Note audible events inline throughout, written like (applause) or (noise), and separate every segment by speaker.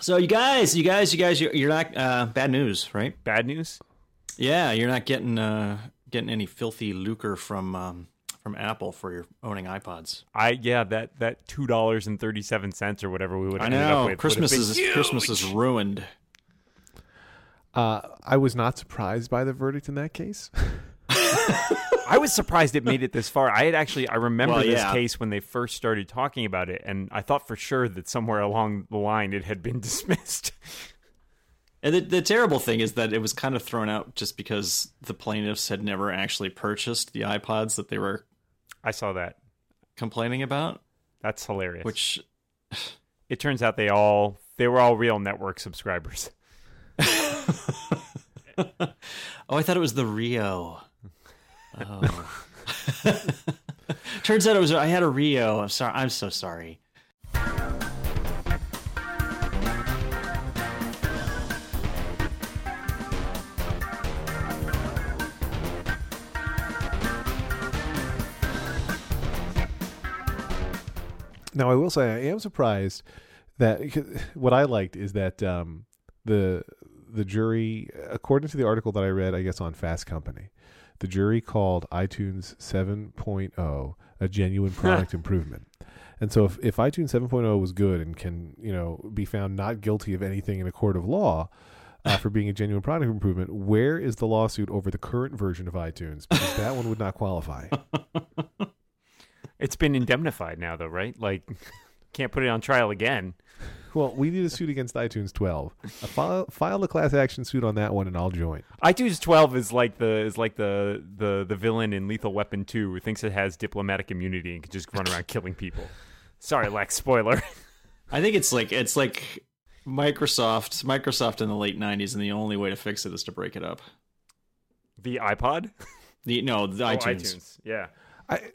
Speaker 1: So you guys, you guys, you guys, you're, you're not uh, bad news, right?
Speaker 2: Bad news.
Speaker 1: Yeah, you're not getting uh, getting any filthy lucre from um, from Apple for your owning iPods.
Speaker 2: I yeah that that two dollars and thirty seven cents or whatever we would
Speaker 1: I
Speaker 2: have ended up
Speaker 1: know
Speaker 2: with.
Speaker 1: Christmas
Speaker 2: would've
Speaker 1: is Christmas is ruined.
Speaker 3: Uh, I was not surprised by the verdict in that case. (laughs)
Speaker 2: been- I was surprised it made it this far. I had actually I remember
Speaker 1: Well,
Speaker 2: this
Speaker 1: yeah.
Speaker 2: case when they first started talking about it, and I thought for sure that somewhere along the line it had been (laughs) dismissed.
Speaker 1: And the, the terrible thing is that it was kind of thrown out just because the plaintiffs had never actually purchased the iPods that they were
Speaker 2: I saw that.
Speaker 1: complaining about,
Speaker 2: That's hilarious.
Speaker 1: which
Speaker 2: it turns out they all they were all real network subscribers.
Speaker 1: Oh, I thought it was the Rio. (laughs) Oh. Turns out it was I had a Rio. I'm sorry. I'm so sorry.
Speaker 3: Now, I will say I am surprised that (laughs) what I liked is that um, the the jury, according to the article that I read, I guess on Fast Company, the jury called iTunes 7.0 a genuine product improvement. And so, if, if iTunes 7.0 was good and can you know be found not guilty of anything in a court of law. Uh, for being a genuine product improvement, where is the lawsuit over the current version of iTunes? Because that one would not qualify.
Speaker 2: It's been indemnified now though, right? Like (laughs) can't put it on trial again.
Speaker 3: Well, we need a suit against iTunes 12. A file, file a class action suit on that one, and I'll join.
Speaker 2: iTunes 12 is like the is like the the the villain in Lethal Weapon 2 who thinks it has diplomatic immunity and can just run around killing people. Sorry, Lex. Spoiler. (laughs)
Speaker 1: I think it's like it's like Microsoft. Microsoft in the late '90s, and the only way to fix it is to break it up.
Speaker 2: The iPod.
Speaker 1: The no, the
Speaker 2: Oh,
Speaker 1: iTunes.
Speaker 2: iTunes. Yeah.
Speaker 3: I,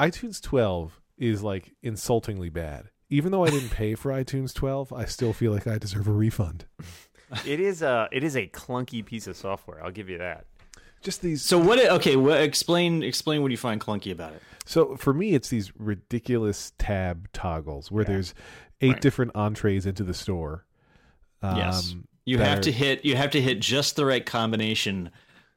Speaker 3: iTunes 12 is like insultingly bad. Even though I didn't pay for iTunes 12, I still feel like I deserve a refund.
Speaker 2: It is a it is a clunky piece of software. I'll give you that.
Speaker 3: Just these.
Speaker 1: So what? Okay, what, explain explain what you find clunky about it.
Speaker 3: So for me, it's these ridiculous tab toggles where there's eight
Speaker 1: Right.
Speaker 3: different entrees into the store. Um,
Speaker 1: yes, you
Speaker 3: that
Speaker 1: have to
Speaker 3: are-
Speaker 1: hit you have to hit just the right combination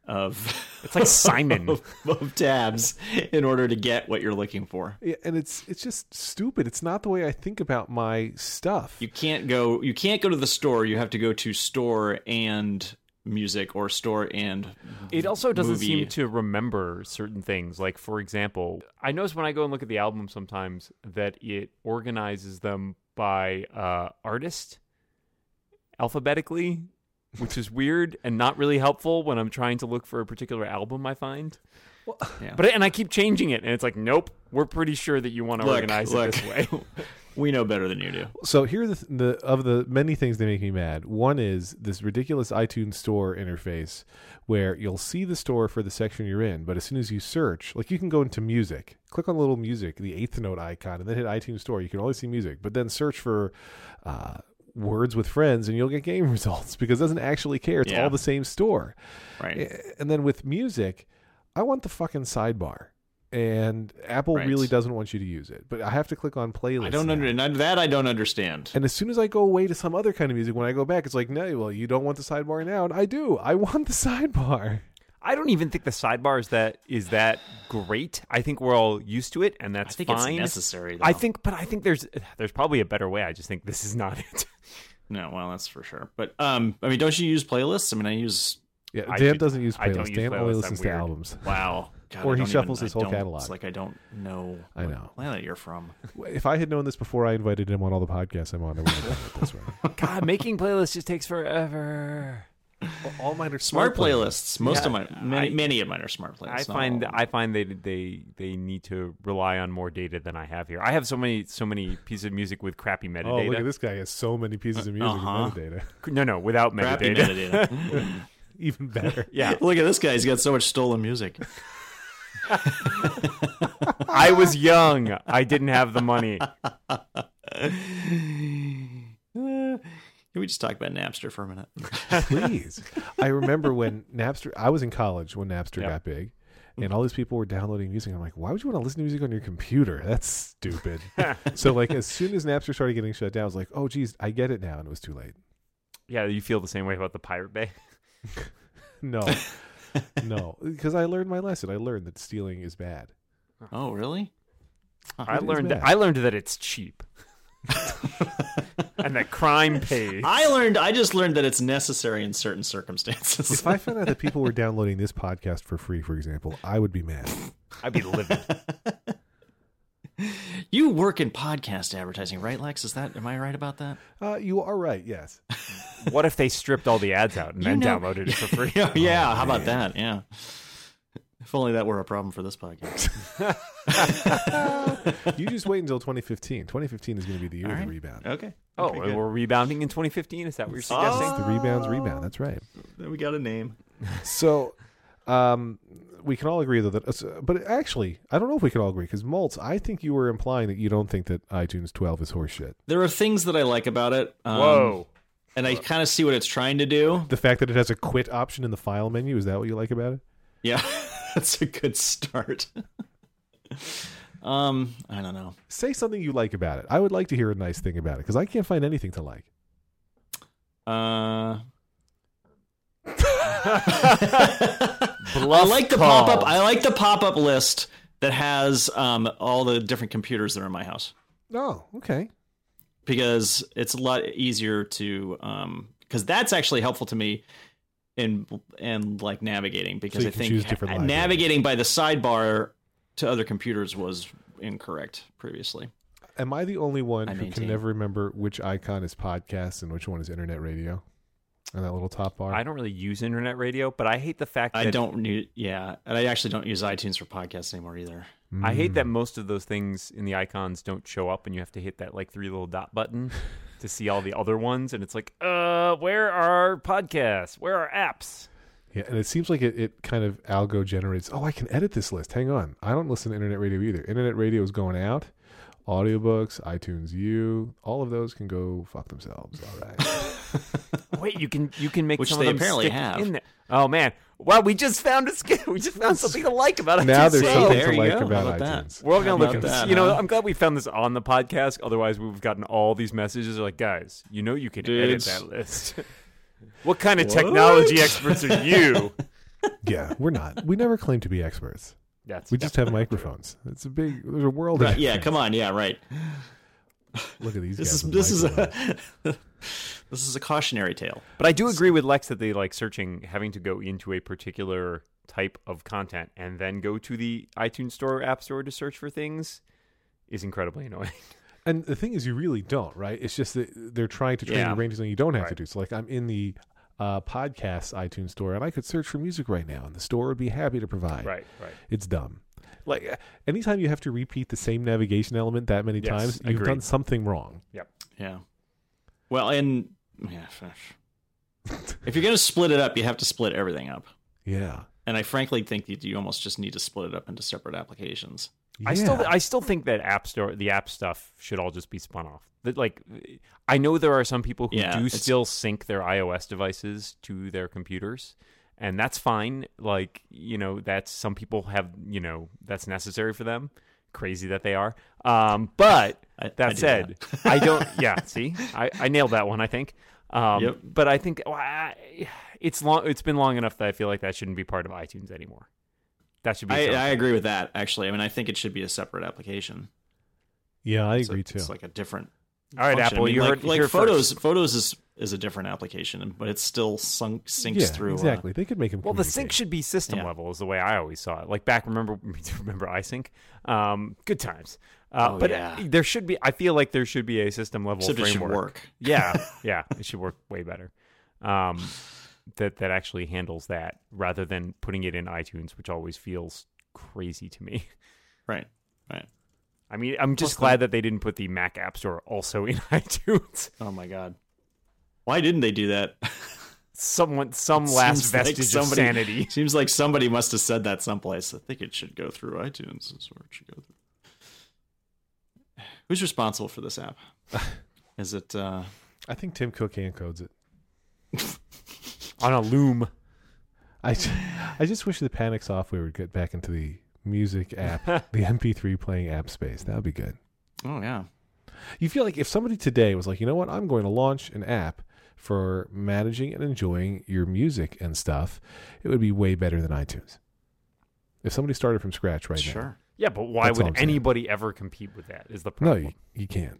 Speaker 1: of (laughs)
Speaker 2: It's like Simon.
Speaker 1: of, of tabs in order to get what you're looking for.
Speaker 3: Yeah, and it's it's just stupid. It's not the way I think about my stuff.
Speaker 1: you can't go you can't go to the store you have to go to store and music or store and
Speaker 2: It also doesn't
Speaker 1: movie.
Speaker 2: seem to remember certain things. Like, for example, I notice when I go and look at the album sometimes that it organizes them by uh, artist alphabetically, which is weird and not really helpful when I'm trying to look for a particular album I find.
Speaker 1: Yeah.
Speaker 2: But and I keep changing it, and it's like, nope, we're pretty sure that you want to
Speaker 1: Look,
Speaker 2: organize
Speaker 1: look.
Speaker 2: it this way.
Speaker 1: (laughs) we know better than you do
Speaker 3: So here are the, th- the of the many things that make me mad. One is this ridiculous iTunes store interface where you'll see the store for the section you're in, but as soon as you search, like you can go into music, click on the little music, the eighth note icon, and then hit iTunes store. You can only see music, but then search for uh, words with friends, and you'll get game (laughs) results because it doesn't actually care. It's
Speaker 1: Yeah.
Speaker 3: all the same store.
Speaker 1: right
Speaker 3: And then with music, I want the fucking sidebar. And Apple
Speaker 1: Right.
Speaker 3: really doesn't want you to use it, but I have to click on playlist.
Speaker 1: i don't
Speaker 3: now.
Speaker 1: understand that i don't understand
Speaker 3: And as soon as I go away to some other kind of music, when I go back, it's like, no, well, you don't want the sidebar now. And I do. I want the (laughs) sidebar.
Speaker 2: I don't even think the sidebar is that is that great. I think we're all used to it, and that's
Speaker 1: i think
Speaker 2: fine.
Speaker 1: it's necessary though.
Speaker 2: I think, but I think there's there's probably a better way. I just think this is not (laughs) it.
Speaker 1: no well that's for sure but um i mean don't you use playlists i mean i use
Speaker 3: Yeah,
Speaker 2: I
Speaker 3: Dan
Speaker 2: should-
Speaker 3: doesn't use
Speaker 2: I don't
Speaker 3: playlists.
Speaker 2: use
Speaker 3: Dan
Speaker 2: playlists.
Speaker 3: only
Speaker 2: I'm
Speaker 3: listens to
Speaker 2: weird.
Speaker 3: albums.
Speaker 1: wow God,
Speaker 3: Or
Speaker 1: I
Speaker 3: he
Speaker 1: don't
Speaker 3: shuffles
Speaker 1: even-
Speaker 3: his
Speaker 1: I
Speaker 3: whole
Speaker 1: don't-
Speaker 3: catalog.
Speaker 1: it's like i don't know
Speaker 3: I
Speaker 1: what
Speaker 3: know.
Speaker 1: planet you're from
Speaker 3: If I had known this before I invited him on all the podcasts I'm on, I would have done it this (laughs) way.
Speaker 2: God, making playlists just takes forever.
Speaker 3: all mine are
Speaker 1: smart playlists most of
Speaker 2: Yeah,
Speaker 1: mine many,
Speaker 2: I-
Speaker 1: many of mine are smart playlists
Speaker 2: I
Speaker 1: not
Speaker 2: find
Speaker 1: all of them.
Speaker 2: I find they they they need to rely on more data than I have here. I have so many so many pieces of music with crappy metadata.
Speaker 3: Oh, look at this guy has so many pieces of music
Speaker 1: Uh-huh.
Speaker 3: and metadata.
Speaker 2: No, no, without
Speaker 1: crappy
Speaker 2: metadata.
Speaker 1: metadata
Speaker 3: (laughs)
Speaker 1: (laughs)
Speaker 2: (laughs)
Speaker 3: Even better.
Speaker 2: yeah,
Speaker 1: look at this guy he's got so much stolen music
Speaker 2: (laughs) I was young. I didn't have the money. (laughs)
Speaker 1: Uh, Can we just talk about Napster for a minute? (laughs)
Speaker 3: Please. I remember when Napster, I was in college when Napster
Speaker 2: Yep.
Speaker 3: got big.
Speaker 2: Mm-hmm.
Speaker 3: and all these people were downloading music. I'm like, why would you want to listen to music on your computer?
Speaker 2: (laughs)
Speaker 3: That's stupid. so like, as soon as Napster started getting shut down, I was like, oh geez, I get it now, and it was too late.
Speaker 2: Yeah, you feel the same way about the Pirate Bay.
Speaker 3: No, no, because I learned my lesson. I learned that stealing is bad.
Speaker 1: Oh, really?
Speaker 2: I
Speaker 3: It is
Speaker 2: learned
Speaker 3: bad.
Speaker 2: I learned that it's cheap. and that crime pays.
Speaker 1: I learned. I just learned that it's necessary in certain circumstances.
Speaker 3: If I found out that people were downloading this podcast for free, for example, I would be mad.
Speaker 2: I'd be livid.
Speaker 1: you work in podcast advertising, right, Lex? Is that? Am I right about that?
Speaker 3: Uh, you are right. Yes.
Speaker 2: what if they stripped all the ads out and
Speaker 1: You
Speaker 2: then
Speaker 1: know-
Speaker 2: downloaded it for free?
Speaker 1: (laughs) (laughs) yeah. yeah, How about that? Yeah. If only that were a problem for this podcast.
Speaker 3: You just wait until 2015. 2015 is going to be the year
Speaker 1: All
Speaker 3: of
Speaker 1: right.
Speaker 3: the
Speaker 1: (laughs)
Speaker 3: rebound.
Speaker 1: Okay.
Speaker 2: Oh,
Speaker 1: Okay,
Speaker 2: and
Speaker 1: good.
Speaker 2: we're rebounding in 2015. Is that what you're
Speaker 1: Oh.
Speaker 2: suggesting?
Speaker 3: The rebound's rebound. That's right.
Speaker 1: Then we got a name.
Speaker 3: So, um, we can all agree though that, uh, but actually, I don't know if we can all agree because Maltz, I think you were implying that you don't think that iTunes 12 is horseshit.
Speaker 1: There are things that I like about it. Um,
Speaker 2: Whoa!
Speaker 1: And I kind of see what it's trying to do.
Speaker 3: The fact that it has a quit option in the file menu is that what you like about it?
Speaker 1: Yeah, (laughs) that's a good start. (laughs) um, I don't know.
Speaker 3: Say something you like about it. I would like to hear a nice thing about it because I can't find anything to like.
Speaker 1: Uh,
Speaker 2: Bluff
Speaker 1: I like the
Speaker 2: call.
Speaker 1: pop up. I like the pop up list that has um all the different computers that are in my house
Speaker 3: Oh, okay.
Speaker 1: because it's a lot easier to um because that's actually helpful to me in and like navigating because
Speaker 3: you
Speaker 1: I
Speaker 3: can choose
Speaker 1: think
Speaker 3: different libraries.
Speaker 1: navigating by the sidebar to other computers was incorrect previously.
Speaker 3: Am I the only one
Speaker 1: I
Speaker 3: who can
Speaker 1: maintain.
Speaker 3: never remember which icon is podcast and which one is internet radio? And that little top bar.
Speaker 2: I don't really use internet radio, but I hate the fact that
Speaker 1: I don't need yeah, and I actually don't use iTunes for podcasts anymore either.
Speaker 3: (laughs)
Speaker 2: I hate
Speaker 1: Hmm.
Speaker 2: that most of those things in the icons don't show up, and you have to hit that like three little
Speaker 1: (laughs)
Speaker 2: dot button to see all the other ones. And it's like, uh, where are podcasts? Where are apps?
Speaker 3: Yeah, and it seems like it, it kind of algo generates. Oh, I can edit this list. Hang on, I don't listen to internet radio either. Internet radio is going out. Audiobooks, iTunes U, all of those can go fuck themselves. All (laughs) right.
Speaker 2: Wait, you can you can make
Speaker 1: Which
Speaker 2: some
Speaker 1: they
Speaker 2: of them
Speaker 1: apparently
Speaker 2: stick
Speaker 1: have.
Speaker 2: in there. Oh man! Wow, we just found a sk- (laughs) we just found something to like about it.
Speaker 3: now there's
Speaker 1: Hey,
Speaker 3: something
Speaker 1: there
Speaker 3: to
Speaker 1: you
Speaker 3: like
Speaker 1: go. How
Speaker 3: about,
Speaker 1: about that?
Speaker 3: iTunes.
Speaker 2: We're all
Speaker 1: How
Speaker 2: gonna look
Speaker 1: about
Speaker 2: at
Speaker 1: that,
Speaker 2: this. You know,
Speaker 1: huh?
Speaker 2: I'm glad we found this on the podcast. Otherwise, we've gotten all these messages like, guys, you know, you can
Speaker 1: Dudes.
Speaker 2: edit that list. (laughs) what kind of technology experts are
Speaker 1: (laughs)
Speaker 2: you?
Speaker 3: yeah, we're not. We never claim to be experts.
Speaker 2: That's
Speaker 3: We just have microphones. It's a big. There's a world.
Speaker 1: Right,
Speaker 3: of
Speaker 1: yeah,
Speaker 3: (laughs) difference.
Speaker 1: come on, yeah, right.
Speaker 3: Look at these.
Speaker 1: This is
Speaker 3: guys with
Speaker 1: this is
Speaker 3: microphones.
Speaker 1: (laughs) a this is a cautionary tale.
Speaker 2: But I do agree with Lex that they like searching, having to go into a particular type of content and then go to the iTunes Store or App Store to search for things is incredibly annoying.
Speaker 3: And the thing is, you really don't, right? It's just that they're trying to train
Speaker 2: Yeah.
Speaker 3: your brain to something you don't have to
Speaker 2: Right.
Speaker 3: do. So, like, I'm in the uh, podcast iTunes store, and I could search for music right now, and the store would be happy to provide.
Speaker 2: right.
Speaker 3: It's dumb. Like, uh, anytime you have to repeat the same navigation element that many
Speaker 2: Yes,
Speaker 3: times, you've
Speaker 2: agreed.
Speaker 3: done something wrong.
Speaker 1: Yeah. Well, and yeah, (laughs) f- if you're gonna split it up, you have to split everything up.
Speaker 3: Yeah.
Speaker 1: And I frankly think that you almost just need to split it up into separate applications.
Speaker 2: I still
Speaker 3: Yeah.
Speaker 2: I still think that app store the app stuff should all just be spun off. That like I know there are some people who
Speaker 1: Yeah,
Speaker 2: do
Speaker 1: it's-
Speaker 2: still sync their iOS devices to their computers and that's fine. Like, you know, that's some people have, you know, that's necessary for them. Crazy that they are. Um, but
Speaker 1: I-
Speaker 2: that
Speaker 1: I do
Speaker 2: said, (laughs)
Speaker 1: (laughs)
Speaker 2: I don't yeah, see? I, I nailed that one, I think. Um,
Speaker 1: Yep.
Speaker 2: but I think well, I- it's long it's been long enough that I feel like that shouldn't be part of iTunes anymore. That should be
Speaker 1: I,
Speaker 2: its own
Speaker 1: I
Speaker 2: thing.
Speaker 1: agree with that. Actually, I mean, I think it should be a separate application.
Speaker 3: Yeah, I
Speaker 1: It's a-
Speaker 3: agree too.
Speaker 1: It's like a different.
Speaker 2: All right,
Speaker 1: function. I
Speaker 2: Apple,
Speaker 1: mean,
Speaker 2: you
Speaker 1: like,
Speaker 2: heard
Speaker 1: like
Speaker 2: here
Speaker 1: photos.
Speaker 2: first.
Speaker 1: Photos is is a different application, but it still sunk, syncs
Speaker 3: yeah,
Speaker 1: through. uh,
Speaker 3: exactly. They could make them.
Speaker 2: Well, the sync should be system
Speaker 1: Yeah.
Speaker 2: level, is the way I always saw it. Like back, remember, (laughs) remember iSync? Um, good times. Uh,
Speaker 1: Oh,
Speaker 2: but
Speaker 1: yeah.
Speaker 2: uh, there should be. I feel like there should be a system level
Speaker 1: except it
Speaker 2: framework.
Speaker 1: should work.
Speaker 2: (laughs) Yeah,
Speaker 1: (laughs)
Speaker 2: yeah, it should work way better. Um, that that actually handles that rather than putting it in iTunes, which always feels crazy to me. (laughs)
Speaker 1: Right. Right.
Speaker 2: I mean, I'm just
Speaker 1: Plus the-
Speaker 2: glad that they didn't put the Mac App Store also in (laughs) iTunes.
Speaker 1: Oh my god. Why didn't they do that? (laughs)
Speaker 2: Someone, some last
Speaker 1: Seems like
Speaker 2: vestige
Speaker 1: somebody-
Speaker 2: of
Speaker 1: (laughs)
Speaker 2: sanity.
Speaker 1: Seems like somebody must have said that someplace. I think it should go through iTunes. Is where it should go through. (sighs) Who's responsible for this app?
Speaker 3: (laughs)
Speaker 1: Is it? Uh,
Speaker 3: I think Tim Cook hand codes it.
Speaker 2: On a loom.
Speaker 3: I, I just wish the panic software would get back into the music app, the MP3 playing app space. That would be good.
Speaker 1: Oh yeah.
Speaker 3: You feel like if somebody today was like, you know what, I'm going to launch an app for managing and enjoying your music and stuff, it would be way better than iTunes. If somebody started from scratch right now,
Speaker 1: sure.
Speaker 2: Yeah, but why
Speaker 3: That's all I'm
Speaker 2: would
Speaker 3: saying.
Speaker 2: anybody ever compete with that? Is the
Speaker 3: no,
Speaker 2: problem?
Speaker 3: you, you can't.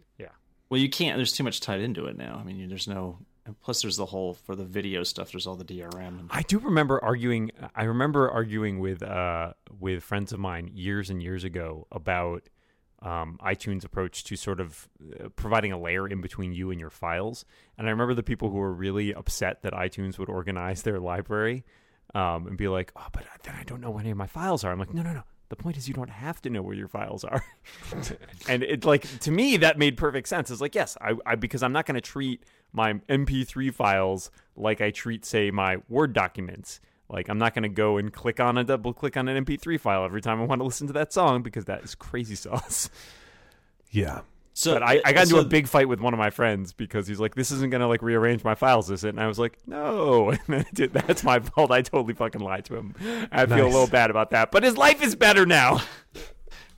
Speaker 1: Well, you can't. There's too much tied into it now. I mean, you, there's no. And plus, there's the whole for the video stuff. There's all the DRM. And,
Speaker 2: I do remember arguing. I remember arguing with uh, with friends of mine years and years ago about um, iTunes' approach to sort of uh, providing a layer in between you and your files. And I remember the people who were really upset that iTunes would organize their library um, and be like, "Oh, but then I don't know where any of my files are." I'm like, "No, no, no." The point is, you don't have to know where your files are, and it like to me that made perfect sense. It's like yes, I, I because I'm not going to treat my MP3 files like I treat, say, my Word documents. Like I'm not going to go and click on a double click on an MP3 file every time I want to listen to that song because that is crazy sauce.
Speaker 3: Yeah.
Speaker 1: so
Speaker 2: But I, I got into
Speaker 1: so
Speaker 2: a big fight with one of my friends because he's like, "This isn't going to like rearrange my files, is it?" And I was like, "No." (laughs) And then I did, that's my fault. I totally fucking lied to him. I feel a
Speaker 3: Nice.
Speaker 2: little bad about that, but his life is better now.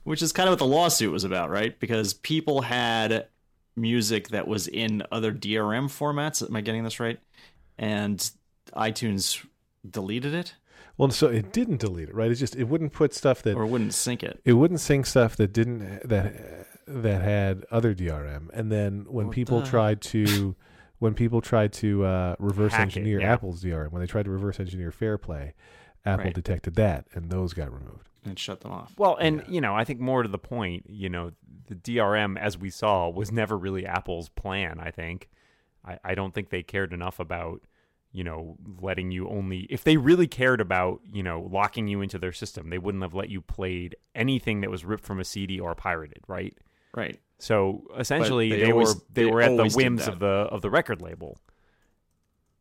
Speaker 1: which is kind of what the lawsuit was about, right? Because people had music that was in other DRM formats. Am I getting this right? And iTunes deleted it
Speaker 3: Well, so it didn't delete it, right? It's just it wouldn't put stuff that
Speaker 1: or wouldn't sync it.
Speaker 3: it wouldn't sync stuff that didn't that that had other DRM. And then when
Speaker 1: Well,
Speaker 3: people
Speaker 1: duh.
Speaker 3: tried to (laughs) when people tried to uh, reverse
Speaker 2: Hack it,
Speaker 3: engineer
Speaker 2: yeah.
Speaker 3: Apple's DRM, when they tried to reverse engineer FairPlay, Apple
Speaker 1: Right.
Speaker 3: detected that and those got removed.
Speaker 1: And shut them off.
Speaker 2: Well, and you know, I think more to the point, you know, the DRM as we saw was never really Apple's plan. I think, I, I don't think they cared enough about, you know, letting you only if they really cared about, you know, locking you into their system, they wouldn't have let you played anything that was ripped from a CD or pirated, right?
Speaker 1: Right.
Speaker 2: So essentially,
Speaker 1: they
Speaker 2: they,
Speaker 1: always-
Speaker 2: were they,
Speaker 1: they
Speaker 2: were at the
Speaker 1: always did
Speaker 2: whims
Speaker 1: that.
Speaker 2: of the of the record label,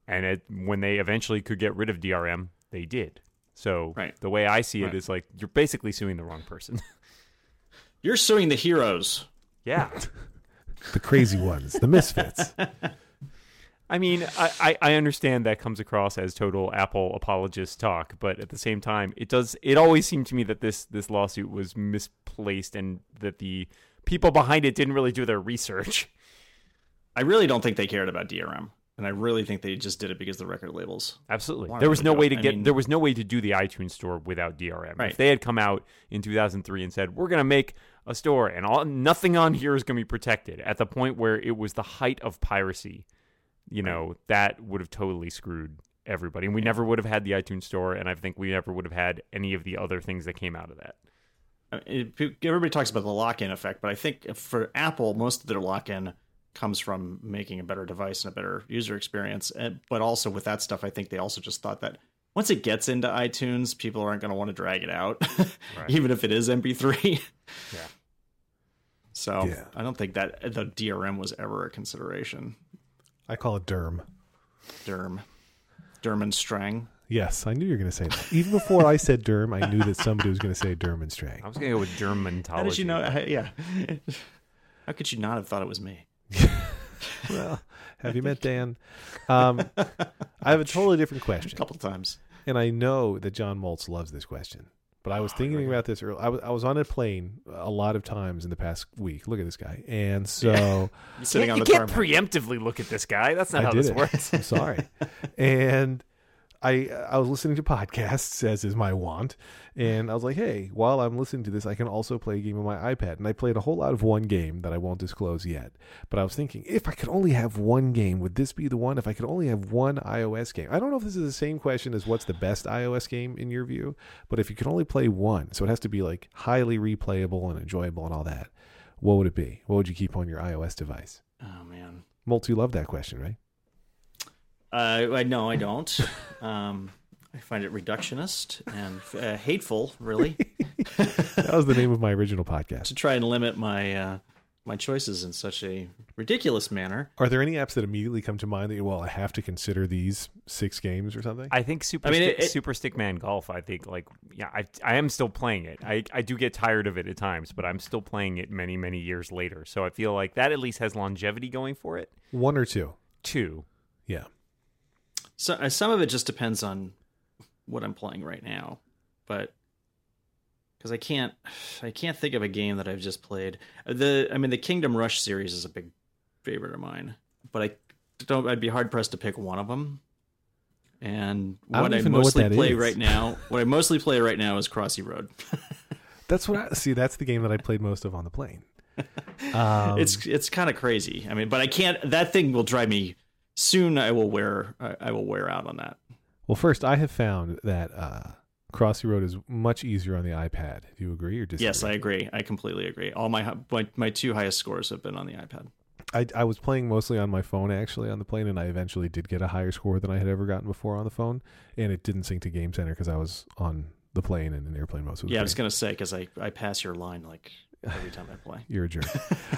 Speaker 2: and it, when they eventually could get rid of DRM, they did. So
Speaker 1: Right.
Speaker 2: the way I see it is
Speaker 1: Right.
Speaker 2: like you're basically suing the wrong person.
Speaker 1: You're suing the heroes.
Speaker 2: yeah,
Speaker 3: The crazy ones, the misfits.
Speaker 2: (laughs) I mean, I, I I understand that comes across as total Apple apologist talk, but at the same time, it does. It always seemed to me that this this lawsuit was misplaced and that the people behind it didn't really do their research.
Speaker 1: I really don't think they cared about DRM. And I really think they just did it because the record labels.
Speaker 2: Absolutely.
Speaker 1: Why
Speaker 2: there
Speaker 1: would
Speaker 2: was
Speaker 1: they
Speaker 2: no
Speaker 1: do
Speaker 2: way
Speaker 1: it?
Speaker 2: to
Speaker 1: I
Speaker 2: get
Speaker 1: mean-
Speaker 2: there was no way to do the iTunes store without DRM.
Speaker 1: Right.
Speaker 2: If they had come out in 2003 and said, "We're going to make a store and all nothing on here is going to be protected," at the point where it was the height of piracy, you know, that would have totally screwed everybody. And we never would have had the iTunes store and I think we never would have had any of the other things that came out of that.
Speaker 1: I mean, it- everybody talks about the lock-in effect, but I think for Apple, most of their lock-in comes from making a better device and a better user experience. And, but also with that stuff, I think they also just thought that once it gets into iTunes, people aren't going to want to drag it out, (laughs) even if it is MP3.
Speaker 2: (laughs) Yeah.
Speaker 1: So
Speaker 3: Yeah.
Speaker 1: I don't think that the DRM was ever a consideration.
Speaker 3: I call it derm.
Speaker 1: Derm, Derm and Strang.
Speaker 3: Yes, I knew you were going to say that. Even before I said derm, I knew that somebody was going to say derm and strang.
Speaker 2: I was (laughs) going to go with German
Speaker 1: How did you know? (laughs) Yeah. How could you not have thought it was me?
Speaker 3: Well, have you met Dan? Um, I have a totally different
Speaker 1: A
Speaker 3: question.
Speaker 1: couple times.
Speaker 3: and I know that John Maltz loves this question. But I was thinking about this earlier. I was, I was on a plane a lot of times in the past week. Look at this guy. And so
Speaker 1: Sitting on
Speaker 2: you
Speaker 1: the
Speaker 2: can't
Speaker 1: tarmac.
Speaker 2: preemptively look at this guy. That's not
Speaker 3: I
Speaker 2: how
Speaker 3: did
Speaker 2: this
Speaker 3: it.
Speaker 2: works.
Speaker 3: I'm sorry. and I I was listening to podcasts as is my wont, and I was like, hey, while I'm listening to this, I can also play a game on my iPad. And I played a whole lot of one game that I won't disclose yet. But I was thinking, if I could only have one game, would this be the one? If I could only have one iOS game, I don't know if this is the same question as what's the best iOS game in your view, but if you could only play one, so it has to be like highly replayable and enjoyable and all that. What would it be? What would you keep on your iOS device?
Speaker 1: Oh man.
Speaker 3: Molt, you love that question, right?
Speaker 1: Uh, I no, I don't. (laughs) Um, I find it reductionist and uh, hateful, really,
Speaker 3: That was the name of my original podcast.
Speaker 1: to try and limit my uh, my choices in such a ridiculous manner.
Speaker 3: Are there any apps that immediately come to mind that you well, I have to consider these six games or something?
Speaker 2: I think Super
Speaker 1: I mean,
Speaker 2: Stick,
Speaker 1: it- it-
Speaker 2: Super Stickman Golf. I think like yeah, I I am still playing it. I I do get tired of it at times, but I'm still playing it many many years later. So I feel like that at least has longevity going for it.
Speaker 3: One or two.
Speaker 2: Two.
Speaker 3: Yeah.
Speaker 1: So uh, some of it just depends on what I'm playing right now, but because I can't, I can't think of a game that I've just played. Uh, The I mean, the Kingdom Rush series is a big favorite of mine, but I don't. I'd be hard pressed to pick one of them. And
Speaker 3: I don't
Speaker 1: what I,
Speaker 3: even know what
Speaker 1: mostly
Speaker 3: that
Speaker 1: play
Speaker 3: is.
Speaker 1: right now, what I mostly play right now is Crossy Road. (laughs)
Speaker 3: That's what I see. That's the game that I played most of on
Speaker 1: (laughs)
Speaker 3: the plane. Um,
Speaker 1: it's it's kind of crazy. I mean, but I can't. That thing will drive me. Soon, I will wear. I, I will wear out on that.
Speaker 3: well, first I have found that uh, Crossy Road is much easier on the iPad. Do you agree or disagree?
Speaker 1: Yes, I agree. I completely agree. All my hi- my, my two highest scores have been on the iPad.
Speaker 3: I, I was playing mostly on my phone actually on the plane, and I eventually did get a higher score than I had ever gotten before on the phone, and it didn't sync to Game Center because I was on the plane and in airplane mode. So it was
Speaker 1: Yeah, I
Speaker 3: great.
Speaker 1: was gonna say because I I pass your line like every time I
Speaker 3: (laughs)
Speaker 1: play.
Speaker 3: You're a jerk.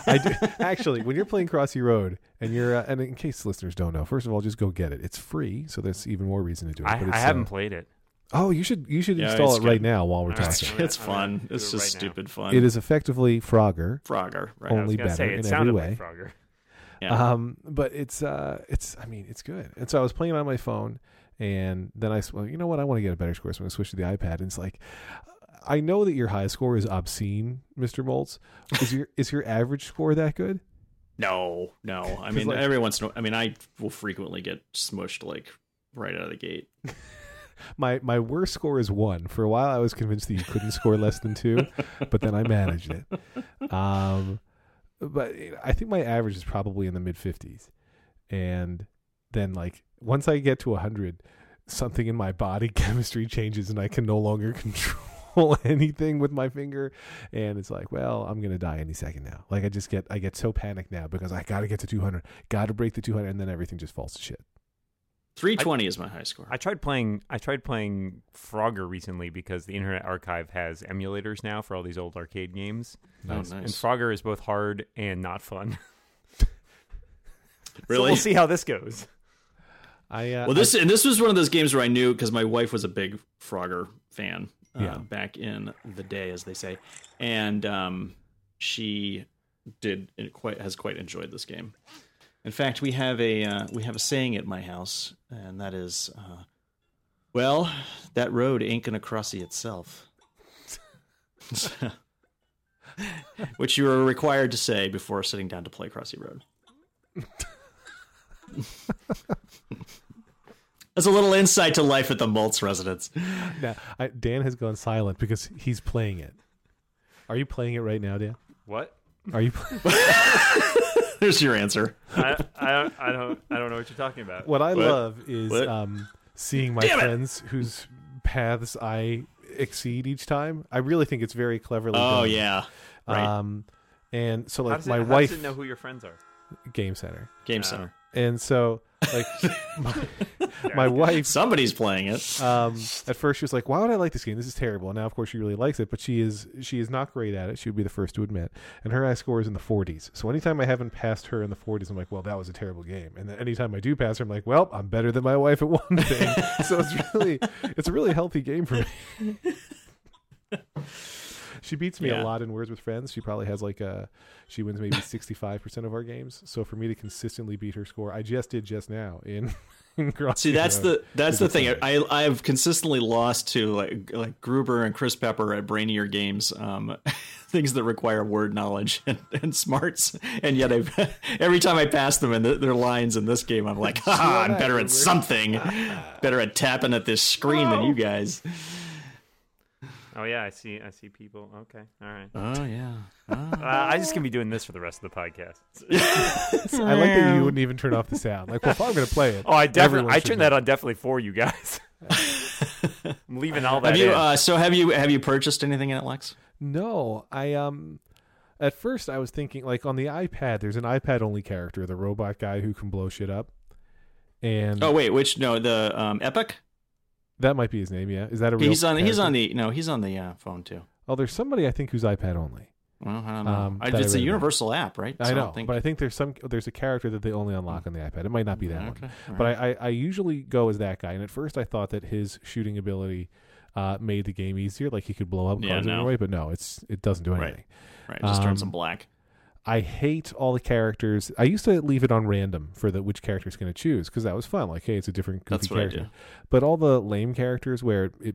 Speaker 3: I do, actually, when you're playing Crossy Road, and you're, uh, and in case listeners don't know, first of all, just go get it. It's free, so that's even more reason to do it.
Speaker 2: I,
Speaker 3: it's,
Speaker 2: I haven't
Speaker 3: uh,
Speaker 2: played it.
Speaker 3: oh, you should you should
Speaker 1: Yeah,
Speaker 3: install
Speaker 1: it's
Speaker 3: it right
Speaker 1: good.
Speaker 3: now while we're
Speaker 2: All right.
Speaker 3: talking.
Speaker 1: It's, it's
Speaker 2: I'm gonna- I'm gonna
Speaker 1: fun.
Speaker 2: do
Speaker 1: It's
Speaker 2: it Oh,
Speaker 1: just
Speaker 2: right now.
Speaker 1: stupid fun.
Speaker 3: It is effectively Frogger,
Speaker 1: Frogger, right?
Speaker 2: I was
Speaker 3: only
Speaker 2: gonna
Speaker 3: better
Speaker 2: say, it
Speaker 3: in every
Speaker 2: sounded
Speaker 3: way.
Speaker 2: like Frogger.
Speaker 1: Yeah.
Speaker 3: Um, but it's uh, it's I mean, it's good. And so I was playing it on my phone, and then I s- well, you know what? I want to get a better score, so I switched to the iPad. And it's like, I know that your high score is obscene, Mister Moltz. Is your is your average score that good?
Speaker 1: No, no. I mean,
Speaker 3: like-
Speaker 1: every once in a, I mean, I will frequently get smushed like right out of the gate.
Speaker 3: My my worst score is one. For a while, I was convinced that you couldn't score less than two, but then I managed it. Um, but you know, I think my average is probably in the mid fifties, and then like once I get to hundred, something in my body (laughs) chemistry changes, and I can no longer (laughs) control (laughs) anything with my finger, and it's like, well, I'm gonna die any second now. Like I just get I get so panicked now because I gotta get to two hundred, gotta break the two hundred, and then everything just falls to shit.
Speaker 1: Three twenty is my high score.
Speaker 2: I tried playing. I tried playing Frogger recently because the Internet Archive has emulators now for all these old arcade games,
Speaker 1: Oh,
Speaker 2: and
Speaker 1: nice.
Speaker 2: Frogger is both hard and not fun. (laughs) so
Speaker 1: really?
Speaker 2: we'll see how this goes.
Speaker 3: I uh,
Speaker 1: Well, this and this was one of those games where I knew because my wife was a big Frogger fan uh,
Speaker 3: Yeah.
Speaker 1: back in the day, as they say, and um, she did it quite has quite enjoyed this game. In fact, we have a uh, we have a saying at my house, and that is, uh, "Well, that road ain't gonna crossy itself," (laughs) which you were required to say before sitting down to play Crossy Road. That's a little insight to life at the Maltz residence. (laughs)
Speaker 3: Now, I, Dan has gone silent because he's playing it. Are you playing it right now, Dan?
Speaker 2: What?
Speaker 3: Are
Speaker 1: (laughs)
Speaker 3: you? Play-
Speaker 1: There's your answer.
Speaker 2: I, I don't. I don't. I don't know what you're talking about.
Speaker 3: what I
Speaker 1: What?
Speaker 3: love is
Speaker 1: What?
Speaker 3: um, seeing my
Speaker 1: Damn it!
Speaker 3: friends whose paths I exceed each time. I really think it's very cleverly.
Speaker 1: Oh
Speaker 3: done.
Speaker 1: yeah, right.
Speaker 3: Um, and so
Speaker 2: How
Speaker 3: like
Speaker 2: does it-
Speaker 3: my
Speaker 2: how
Speaker 3: wife
Speaker 2: does it know who your friends are.
Speaker 3: game center,
Speaker 1: Game Center.
Speaker 3: and so
Speaker 2: (laughs)
Speaker 3: like my, my wife
Speaker 1: Somebody's playing it.
Speaker 3: um, at first she was like, "Why would I like this game? This is terrible." And now, of course, she really likes it, but she is she is not great at it. She would be the first to admit. And her high score is in the 40s. So anytime I haven't passed her in the 40s, I'm like, "Well, that was a terrible game." And then anytime I do pass her, I'm like, "Well, I'm better than my wife at one thing." (laughs) so it's really it's a really healthy game for me. (laughs) She beats me
Speaker 1: Yeah.
Speaker 3: a lot in Words with Friends. She probably has like a, she wins maybe 65% of our games. So for me to consistently beat her score, I just did just now in, (laughs) in Crossy
Speaker 1: See, that's
Speaker 3: Road.
Speaker 1: the that's the
Speaker 3: It's a
Speaker 1: thing. I I've consistently lost to like like Gruber and Chris Pepper at Brainier Games. Um, (laughs) things that require word knowledge (laughs) and, and smarts, and yet I've (laughs) every time I pass them and the, their lines in this game, I'm like, (laughs) "Ha ha, I'm better at something. better at tapping at this screen than you guys.
Speaker 2: Oh yeah, I see. I see people. Okay. All (laughs) right.
Speaker 1: Oh (laughs) yeah.
Speaker 2: Uh, I'm just gonna be doing this for the rest of the podcast. (laughs)
Speaker 3: I like that you wouldn't even turn off the sound. Like, well, if I'm going to play
Speaker 1: (laughs)
Speaker 3: it.
Speaker 2: Oh, I
Speaker 3: everyone
Speaker 2: definitely. I
Speaker 3: should
Speaker 2: turned
Speaker 3: know.
Speaker 2: that on definitely for you guys. (laughs) I'm leaving all that
Speaker 1: Have you?
Speaker 2: in.
Speaker 1: Uh, so have you have you purchased anything in it, Lex?
Speaker 3: No, I um, at first I was thinking like on the iPad. There's an iPad only character, the robot guy who can blow shit up, and
Speaker 1: Oh wait, which no, the um, Epic.
Speaker 3: that might be his name. Yeah, is that a real?
Speaker 1: He's on. He's
Speaker 3: character?
Speaker 1: on the. No, he's on the uh, phone too.
Speaker 3: Oh, there's somebody I think who's iPad only.
Speaker 1: Well, I don't know.
Speaker 3: Um,
Speaker 1: I,
Speaker 3: that I
Speaker 1: it's
Speaker 3: read
Speaker 1: a
Speaker 3: about.
Speaker 1: universal app, right?
Speaker 3: I
Speaker 1: So
Speaker 3: know,
Speaker 1: think-
Speaker 3: but I think there's some there's a character that they only unlock on the iPad. It might not be that one.
Speaker 1: okay, all
Speaker 3: But I, I, I usually go as that guy, and at first I thought that his shooting ability uh, made the game easier, like he could blow up
Speaker 1: Yeah,
Speaker 3: cars in
Speaker 1: no.
Speaker 3: a way. But no, it's it doesn't do
Speaker 1: Right.
Speaker 3: anything.
Speaker 1: right, just turn
Speaker 3: um,
Speaker 1: some black.
Speaker 3: I hate all the characters. I used to leave it on random for the which character's going to choose because that was fun. Like, hey, it's a different goofy
Speaker 1: That's what I
Speaker 3: character. But all the lame characters where it, it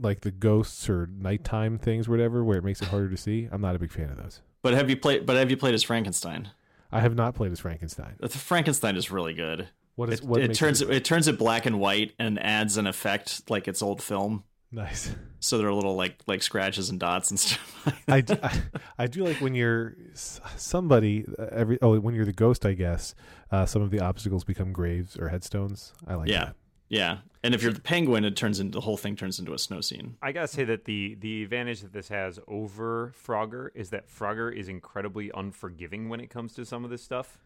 Speaker 3: like the ghosts or nighttime things, or whatever, where it makes it harder to see. I'm not a big fan of those.
Speaker 1: But have you played? But have you played as Frankenstein?
Speaker 3: I have not played as Frankenstein.
Speaker 1: The Frankenstein is really good.
Speaker 3: What is
Speaker 1: It,
Speaker 3: what
Speaker 1: it
Speaker 3: makes
Speaker 1: turns it, turns it black and white and adds an effect like it's old film.
Speaker 3: (laughs) nice?
Speaker 1: So there are little like like scratches and dots and (laughs) stuff.
Speaker 3: I, d- I- I do like when you're s- somebody uh, every oh when you're the ghost I guess uh, some of the obstacles become graves or headstones I like
Speaker 1: yeah,
Speaker 3: that.
Speaker 1: yeah. And if you're the penguin, it turns into the whole thing turns into a snow scene.
Speaker 2: I gotta say that the the advantage that this has over Frogger is that Frogger is incredibly unforgiving when it comes to some of this stuff.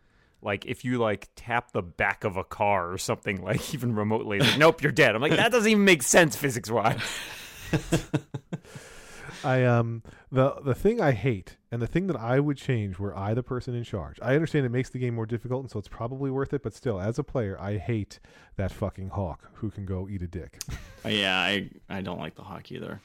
Speaker 2: Like if you like tap the back of a car or something, (laughs) like even remotely, (laughs) like nope, you're dead. I'm like that doesn't even make sense physics wise. (laughs)
Speaker 3: I um the the thing I hate and the thing that I would change were I the person in charge I understand it makes the game more difficult and so it's probably worth it but still as a player I hate that fucking hawk who can go eat a dick
Speaker 1: Uh, Yeah, I I don't like the hawk either.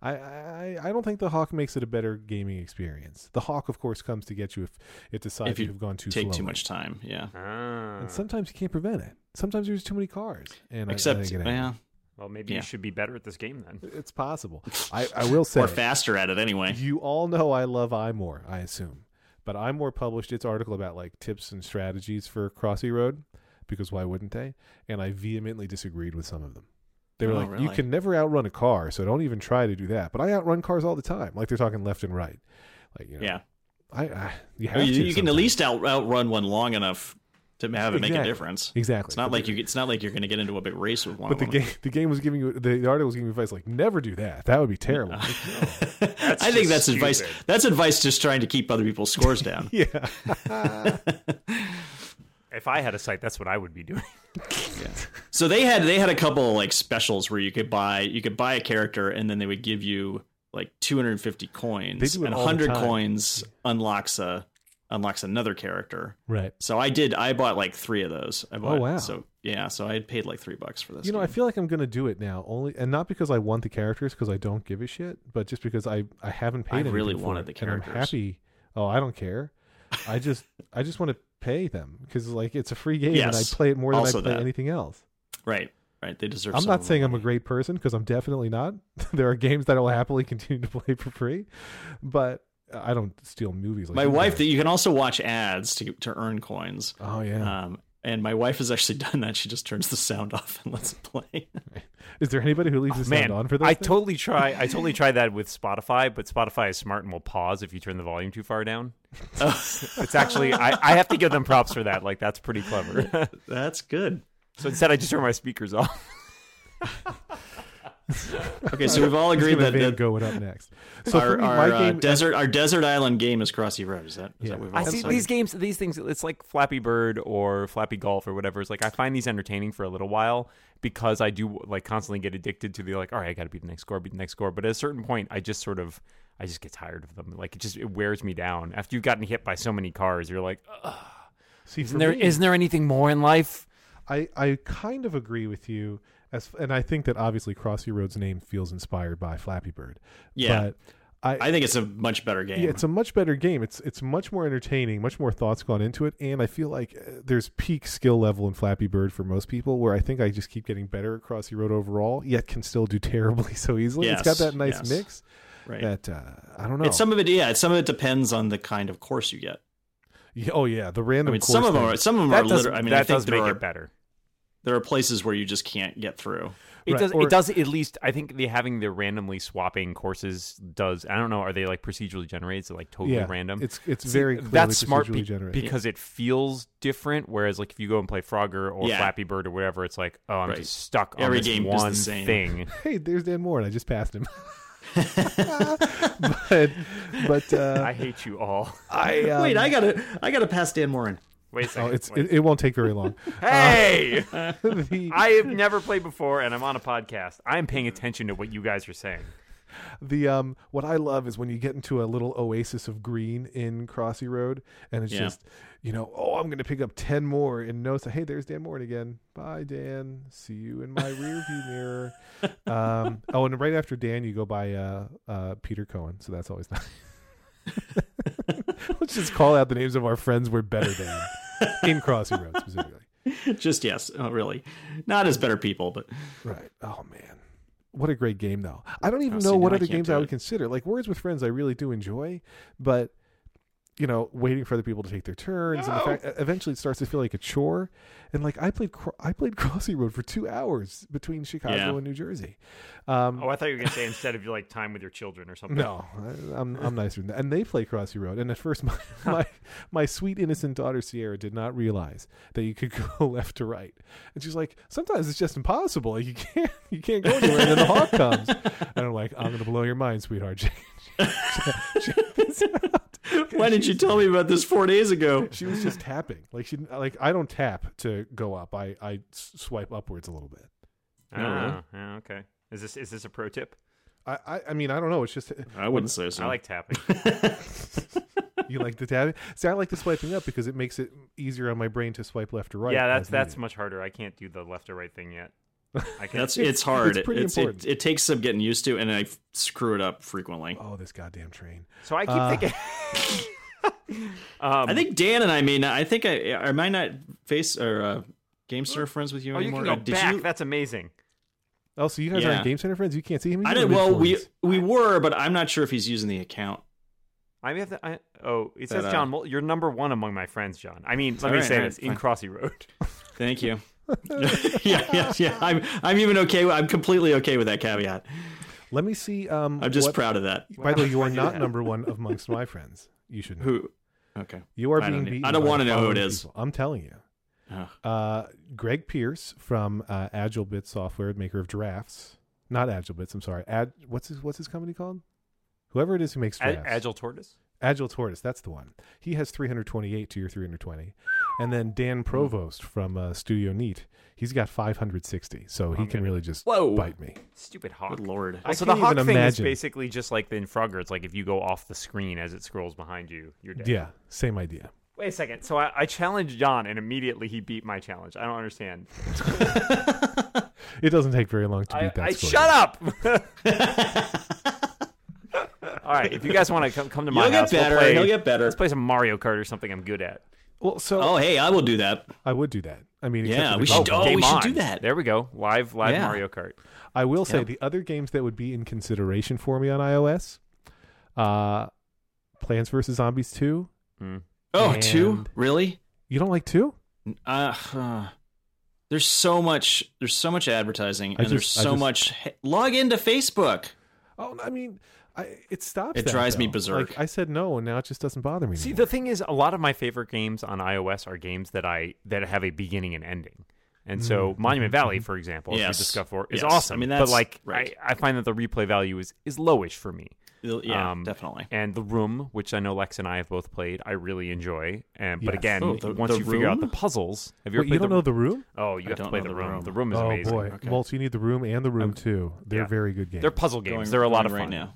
Speaker 3: I, I I don't think the hawk makes it a better gaming experience the hawk of course comes to get you if it decides
Speaker 1: If you
Speaker 3: have gone too
Speaker 1: Take too
Speaker 3: slowly.
Speaker 1: much time. Yeah.
Speaker 2: Ah.
Speaker 3: And sometimes you can't prevent it. Sometimes there's too many cars. And I- I,
Speaker 1: Except
Speaker 3: get angry.
Speaker 1: yeah,
Speaker 2: Ah, Well, maybe
Speaker 1: Yeah.
Speaker 2: you should be better at this game then.
Speaker 3: it's possible. I, I will say
Speaker 1: or faster at it anyway.
Speaker 3: you all know I love iMore, I assume. But iMore published its article about like tips and strategies for Crossy Road, because why wouldn't they? And I vehemently disagreed with some of them. They were
Speaker 1: Oh,
Speaker 3: like, you
Speaker 1: really?
Speaker 3: can never outrun a car, so don't even try to do that. But I outrun cars all the time. Like they're talking left and right. Like you know,
Speaker 1: Yeah. Oh,
Speaker 3: I, I
Speaker 1: You,
Speaker 3: you have to
Speaker 1: you can at
Speaker 3: sometimes.
Speaker 1: least out, outrun one long enough to have it make a
Speaker 3: Exactly.
Speaker 1: difference.
Speaker 3: exactly.
Speaker 1: It's not
Speaker 3: But
Speaker 1: like you. It's not like you're going to get into a big race with one.
Speaker 3: But the
Speaker 1: of
Speaker 3: game, the game was giving you the, the article was giving you advice like never do that. That would be
Speaker 1: (laughs)
Speaker 3: terrible.
Speaker 1: them. I think
Speaker 2: just
Speaker 1: that's advice.
Speaker 2: stupid.
Speaker 1: That's advice just trying to keep other people's scores
Speaker 3: (laughs)
Speaker 1: down.
Speaker 3: yeah,
Speaker 2: If I had a site, that's what I would be doing.
Speaker 1: So they had they had a couple like specials where you could buy you could buy a character and then they would give you like 250 coins
Speaker 3: They do it
Speaker 1: and
Speaker 3: all the
Speaker 1: 100
Speaker 3: time.
Speaker 1: coins unlocks a unlocks another character.
Speaker 3: right.
Speaker 1: So I did I bought like 3 of those. I bought
Speaker 3: Oh, wow.
Speaker 1: so yeah, so I had paid like 3 bucks for this.
Speaker 3: You know, I
Speaker 1: game.
Speaker 3: feel like I'm gonna do it now only, and not because I want the characters, because I don't give a shit, but just because I I haven't paid.
Speaker 1: I
Speaker 3: anything
Speaker 1: really
Speaker 3: for
Speaker 1: wanted
Speaker 3: it,
Speaker 1: the
Speaker 3: And I'm
Speaker 1: characters.
Speaker 3: happy. Oh, I don't care.
Speaker 1: (laughs)
Speaker 3: I just I just want to pay them because like it's a free game and I
Speaker 1: Yes.
Speaker 3: play it more than
Speaker 1: Also
Speaker 3: I play
Speaker 1: that.
Speaker 3: anything else.
Speaker 1: right. Right. They deserve
Speaker 3: I'm
Speaker 1: some
Speaker 3: not
Speaker 1: of
Speaker 3: saying
Speaker 1: it.
Speaker 3: I'm a great person because I'm definitely not. (laughs) there are games that I will happily continue to play for free, but I don't steal movies. Like
Speaker 1: my
Speaker 3: you
Speaker 1: wife that
Speaker 3: guys.
Speaker 1: you can also watch ads to to earn coins.
Speaker 3: oh yeah.
Speaker 1: Um and my wife has actually (laughs) done that. She just turns the sound off and lets it play. (laughs)
Speaker 3: Is there anybody who leaves this
Speaker 2: Man,
Speaker 3: on for this?
Speaker 2: I
Speaker 3: (laughs)
Speaker 2: totally try. I totally try that with Spotify, but Spotify is smart and will pause if you turn the volume too far (laughs) down. it's actually I, I have to give them props for that. Like that's pretty clever.
Speaker 1: That's good.
Speaker 2: (laughs) so instead, I just turn my speakers off.
Speaker 1: Okay, so we've all agreed that,
Speaker 3: Van
Speaker 1: that
Speaker 3: Gogh it up next. So for
Speaker 1: our,
Speaker 3: me,
Speaker 1: our,
Speaker 3: my
Speaker 1: uh,
Speaker 3: game
Speaker 1: desert our desert island game is Crossy Road. Is that, is
Speaker 3: Yeah.
Speaker 1: that what we've
Speaker 2: I
Speaker 1: all
Speaker 2: see
Speaker 1: decided?
Speaker 2: these games, these things. It's like Flappy Bird or Flappy Golf or whatever. It's like I find these entertaining for a little while because I do like constantly get addicted to the like. All right, I got to beat the next score, beat the next score. But at a certain point, I just sort of. I just get tired of them. Like it just it wears me down. After you've gotten hit by so many cars, you're like,
Speaker 3: See, for
Speaker 2: Isn't there
Speaker 3: me-
Speaker 2: not there anything more in life?
Speaker 3: I, I kind of agree with you as and I think that obviously Crossy Road's name feels inspired by Flappy Bird.
Speaker 1: Yeah.
Speaker 3: But I,
Speaker 1: I think it's a much better game.
Speaker 3: yeah, it's a much better game. It's it's much more entertaining, much more thoughts gone into it, and I feel like uh, there's peak skill level in Flappy Bird for most people where I think I just keep getting better at Crossy Road overall, yet can still do (laughs) terribly so easily. it's got
Speaker 1: Yes,
Speaker 3: that nice
Speaker 1: yes.
Speaker 3: mix
Speaker 1: right.
Speaker 3: that uh, I don't know.
Speaker 1: It's some of it. Yeah, it's some of it depends on the kind of course you get.
Speaker 3: Yeah, oh yeah, the
Speaker 1: I
Speaker 3: random
Speaker 1: mean,
Speaker 3: course
Speaker 1: some of them
Speaker 3: thing.
Speaker 1: are some of them
Speaker 2: That
Speaker 1: are.
Speaker 2: does,
Speaker 1: Liter- I mean,
Speaker 2: that
Speaker 1: I think
Speaker 2: does
Speaker 1: there
Speaker 2: make
Speaker 1: are
Speaker 2: it better.
Speaker 1: there are places where you just can't get through.
Speaker 2: It
Speaker 3: Right,
Speaker 2: does.
Speaker 3: or-
Speaker 2: it does at least. I think the having the randomly swapping courses does. I don't know. Are they like procedurally generated? So like totally
Speaker 3: yeah,
Speaker 2: random.
Speaker 3: It's it's
Speaker 2: See,
Speaker 3: very clearly
Speaker 2: that's smart
Speaker 3: procedurally
Speaker 2: be-
Speaker 3: generated.
Speaker 2: because it feels different. Whereas like if you go and play Frogger or
Speaker 1: Yeah.
Speaker 2: Flappy Bird or whatever, it's like oh I'm
Speaker 1: Right.
Speaker 2: just stuck on
Speaker 1: Every
Speaker 2: this
Speaker 1: game is the
Speaker 2: one
Speaker 1: same.
Speaker 2: thing.
Speaker 3: hey, there's Dan Moore, and I just passed him. (laughs) but but
Speaker 2: I (laughs)
Speaker 3: uh,
Speaker 2: hate you all.
Speaker 3: I, um,
Speaker 1: Wait, I gotta I gotta pass Dan Morin. (laughs)
Speaker 2: Wait a second.
Speaker 3: oh, it's
Speaker 2: wait.
Speaker 3: it, it won't take very long. (laughs)
Speaker 2: hey,
Speaker 3: the,
Speaker 2: I have never played before, and I'm on a podcast. I'm paying attention to what you guys are saying.
Speaker 3: the um what I love is when you get into a little oasis of green in Crossy Road, and it's
Speaker 1: Yeah.
Speaker 3: just you know oh I'm gonna pick up ten more and no so hey there's Dan Moore again bye Dan see you in my rear view mirror. Um, oh and right (laughs) after Dan you go by uh, uh, Peter Cohen so that's always nice. Which Let's just call out the names of our friends we're better than in Crossing Road specifically.
Speaker 1: Just yes, uh, really. Not as better people, but
Speaker 3: Right. Oh man, what a great game though. I don't
Speaker 1: Oh,
Speaker 3: even know
Speaker 1: see,
Speaker 3: what
Speaker 1: now I
Speaker 3: other
Speaker 1: can't
Speaker 3: games
Speaker 1: do
Speaker 3: I would
Speaker 1: it.
Speaker 3: consider. Like Words with Friends, I really do enjoy, but you know, waiting for other people to take their turns, and the fact e, eventually it starts to feel like a chore. And like I played, Cro- I played (laughs) Crossy Road for two hours between Chicago
Speaker 1: Yeah.
Speaker 3: and New Jersey. Um,
Speaker 2: Oh, I thought you were gonna say instead of like time with your children or something. (laughs)
Speaker 3: no, I- I'm I'm nicer than that. And they play Crossy Road. And at first, (laughs) my, my my sweet innocent daughter Sierra did not realize that you could (laughs) go left to right. And she's like, sometimes it's just impossible. Like you can't (laughs) you can't go anywhere. And then
Speaker 2: (laughs)
Speaker 3: the hawk comes, and I'm like, I'm gonna blow your mind, sweetheart. (laughs) Check- check- check this out.
Speaker 1: (laughs) why didn't you tell me about this four days ago?
Speaker 3: She was just tapping. Like she like I don't tap to go up. I I s- swipe upwards a little bit.
Speaker 1: No, really.
Speaker 2: Ah, yeah, okay. Is this is this a pro tip?
Speaker 3: I, I, I mean I don't know it's just
Speaker 1: I wouldn't say so.
Speaker 2: I like (laughs) tapping.
Speaker 3: you like the tapping see I like the swiping up because it makes it easier on my brain to swipe left or right
Speaker 2: yeah, that's
Speaker 3: as needed.
Speaker 2: that's much harder. I can't do the left or right thing yet. (laughs) I can
Speaker 1: That's it's, hard.
Speaker 3: it's pretty
Speaker 1: It's- it-
Speaker 3: important.
Speaker 1: It, takes some getting used to, and I f- screw it up frequently.
Speaker 3: Oh, this goddamn train.
Speaker 2: so I keep
Speaker 3: Uh,
Speaker 2: thinking. (laughs) um,
Speaker 1: I think Dan and I may not. I think I am I not face or uh, GameStar friends with you
Speaker 2: oh, you
Speaker 1: anymore.
Speaker 2: can go
Speaker 1: Uh, did
Speaker 2: back.
Speaker 1: you-
Speaker 2: That's amazing.
Speaker 3: Oh, so you guys
Speaker 1: Yeah.
Speaker 3: aren't Game Center friends? You can't see him? He's
Speaker 1: I
Speaker 3: in the
Speaker 1: did. Well, we
Speaker 3: mid-forties.
Speaker 1: we were, but I'm not sure if he's using the account.
Speaker 2: I may have to. I, oh, it says
Speaker 1: That, uh,
Speaker 2: John. Mul- you're number one among my friends, John. I mean, let me
Speaker 1: Alright,
Speaker 2: say
Speaker 1: alright,
Speaker 2: this in
Speaker 1: fine.
Speaker 2: Crossy Road.
Speaker 1: Thank (laughs) you. yeah, yeah, yeah. I'm I'm even okay. with- I'm completely okay with that caveat.
Speaker 3: Let me see. Um,
Speaker 1: I'm just
Speaker 3: what-
Speaker 1: proud of that.
Speaker 3: By the way, you
Speaker 1: (laughs)
Speaker 3: are not
Speaker 2: that?
Speaker 3: number one amongst my friends. You should. Know.
Speaker 1: Who? Okay.
Speaker 3: You are
Speaker 1: I don't
Speaker 3: being
Speaker 1: need-
Speaker 3: beaten.
Speaker 1: I don't
Speaker 3: by
Speaker 1: wanna
Speaker 3: the
Speaker 1: know who it
Speaker 3: following
Speaker 1: is.
Speaker 3: people. I'm telling you.
Speaker 1: Ugh.
Speaker 3: Uh, Greg Pierce from uh, AgileBit Software, maker of drafts. Not AgileBits. I'm sorry. Ad. What's his What's his company called? Whoever it is who makes
Speaker 2: A-
Speaker 3: drafts.
Speaker 2: Agile Tortoise.
Speaker 3: Agile Tortoise, that's the one. He has 328 to your 320. And then
Speaker 1: Hmm.
Speaker 3: Dan Provost from uh, Studio Neat, he's got 560. So he can really just
Speaker 1: Whoa.
Speaker 3: bite me.
Speaker 2: Stupid hawk.
Speaker 1: Good lord.
Speaker 3: I
Speaker 2: so the
Speaker 3: can't
Speaker 2: hawk
Speaker 3: even
Speaker 2: thing
Speaker 3: imagine.
Speaker 2: is basically just like the Infrogger. It's like if you go off the screen as it scrolls behind you, you're dead.
Speaker 3: Yeah, same idea.
Speaker 2: Wait a second. So I, I challenged John, and immediately he beat my challenge. I don't understand.
Speaker 3: It doesn't take very long to
Speaker 2: I,
Speaker 3: beat that
Speaker 2: I-
Speaker 3: score.
Speaker 2: shut up. (laughs) All right, if you guys want to come, come to my
Speaker 1: You'll get
Speaker 2: house, we'll
Speaker 1: better,
Speaker 2: play-
Speaker 1: you'll get better.
Speaker 2: Let's play some Mario Kart or something I'm good at.
Speaker 3: Well, so
Speaker 1: Oh, hey, I will do that.
Speaker 3: I would do that. I mean, except
Speaker 1: Yeah,
Speaker 3: for the
Speaker 1: we
Speaker 3: golf
Speaker 1: should.
Speaker 3: one.
Speaker 1: Oh,
Speaker 2: Game
Speaker 1: we should
Speaker 2: on.
Speaker 1: do that.
Speaker 2: There we go. Live, live
Speaker 1: Yeah.
Speaker 2: Mario Kart.
Speaker 3: I will say
Speaker 1: Yeah.
Speaker 3: the other games that would be in consideration for me on iOS uh, Plants vs. Zombies 2.
Speaker 1: Oh, two?
Speaker 3: And-
Speaker 1: Really?
Speaker 3: You don't like 2?
Speaker 1: Uh, huh. there's so much. There's so much advertising,
Speaker 3: I
Speaker 1: and there's
Speaker 3: just- I
Speaker 1: so
Speaker 3: just-
Speaker 1: much. he- Log into Facebook.
Speaker 3: Oh, I mean, I, it stops.
Speaker 1: It
Speaker 3: that,
Speaker 1: drives me
Speaker 3: though.
Speaker 1: berserk.
Speaker 3: Like, I said no, and now it just doesn't bother me.
Speaker 2: See,
Speaker 3: anymore.
Speaker 2: the thing is, a lot of my favorite games on iOS are games that I that have a beginning and ending. And so, Monument Valley, for example,
Speaker 1: Mm-hmm. Yes.
Speaker 2: if you discover, is
Speaker 1: Yes.
Speaker 2: awesome.
Speaker 1: I mean,
Speaker 2: but
Speaker 1: that's-
Speaker 2: like,
Speaker 1: right.
Speaker 2: I, I find that the replay value is is lowish for me.
Speaker 1: Yeah,
Speaker 2: Um,
Speaker 1: definitely.
Speaker 2: And The Room, which I know Lex and I have both played, I really enjoy. And but
Speaker 3: Yes.
Speaker 2: again,
Speaker 1: Oh, The-
Speaker 2: once
Speaker 1: The
Speaker 2: you figure out
Speaker 1: Room?
Speaker 2: the puzzles, have you ever
Speaker 3: Wait, you
Speaker 2: played
Speaker 3: don't
Speaker 2: the
Speaker 3: know the room?
Speaker 2: Oh, you
Speaker 1: I
Speaker 2: have to
Speaker 1: don't
Speaker 2: play
Speaker 1: know
Speaker 2: the
Speaker 1: The
Speaker 2: room.
Speaker 1: Room.
Speaker 2: The room is
Speaker 3: oh
Speaker 2: amazing.
Speaker 3: boy! Well, so you need the room and the room too. They're
Speaker 2: yeah.
Speaker 3: very good games.
Speaker 2: They're puzzle games. They're a lot of
Speaker 1: Going
Speaker 2: fun.
Speaker 1: right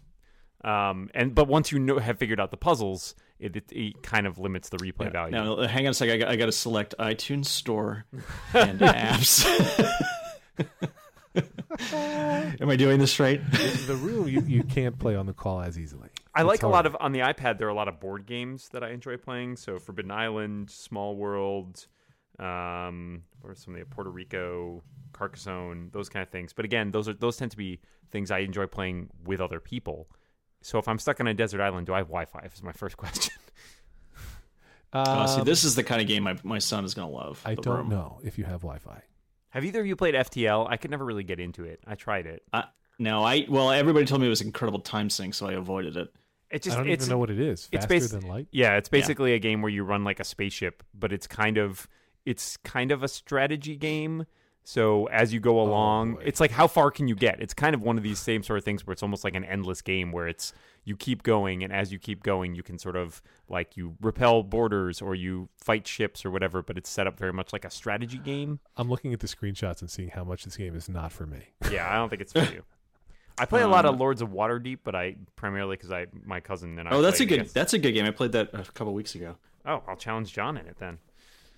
Speaker 1: now.
Speaker 2: Um, and but once you know have figured out the puzzles, it, it, it kind of limits the replay value.
Speaker 1: Now, hang on a second. I got, I got to select iTunes Store and apps. (laughs) Am I doing this right?
Speaker 3: the room you, you can't play on the call as easily.
Speaker 2: I
Speaker 3: It's
Speaker 2: like a
Speaker 3: hard.
Speaker 2: lot of on the iPad. There are a lot of board games that I enjoy playing. So Forbidden Island, Small World, um, or some of the Puerto Rico, Carcassonne, those kind of things. But again, those are those tend to be things I enjoy playing with other people. So if I'm stuck on a desert island, do I have Wi-Fi? Is my first (laughs) question.
Speaker 1: Uh, see,
Speaker 3: Um,
Speaker 1: this is the kind of game my, my son is going to love.
Speaker 3: I
Speaker 1: The
Speaker 3: don't
Speaker 1: Room.
Speaker 3: know if you have Wi-Fi.
Speaker 2: have either of you played FTL? I could never really get into it. I tried it.
Speaker 1: I, no, I well, everybody told me it was incredible time sync, so I avoided it.
Speaker 2: It just
Speaker 3: I don't
Speaker 2: it's
Speaker 3: even know what it is.
Speaker 2: it's
Speaker 3: Faster
Speaker 2: basi-
Speaker 3: than light.
Speaker 2: Yeah, it's basically a game where you run like a spaceship, but it's kind of it's kind of a strategy game. So as you
Speaker 1: Oh,
Speaker 2: go along,
Speaker 3: boy.
Speaker 2: it's like how far can you get? It's kind of one of these same sort of things where it's almost like an endless game where it's you keep going and as you keep going you can sort of like you repel borders or you fight ships or whatever, but it's set up very much like a strategy game.
Speaker 3: I'm looking at the screenshots and seeing how much this game is not for me.
Speaker 2: Yeah, I don't think it's for you. I play a lot
Speaker 1: Um,
Speaker 2: of Lords of Waterdeep, but I primarily because I my cousin and I.
Speaker 1: Oh, that's a
Speaker 2: played
Speaker 1: good
Speaker 2: against-
Speaker 1: that's a good game. I played that a couple weeks ago.
Speaker 2: Oh, I'll challenge John in it then.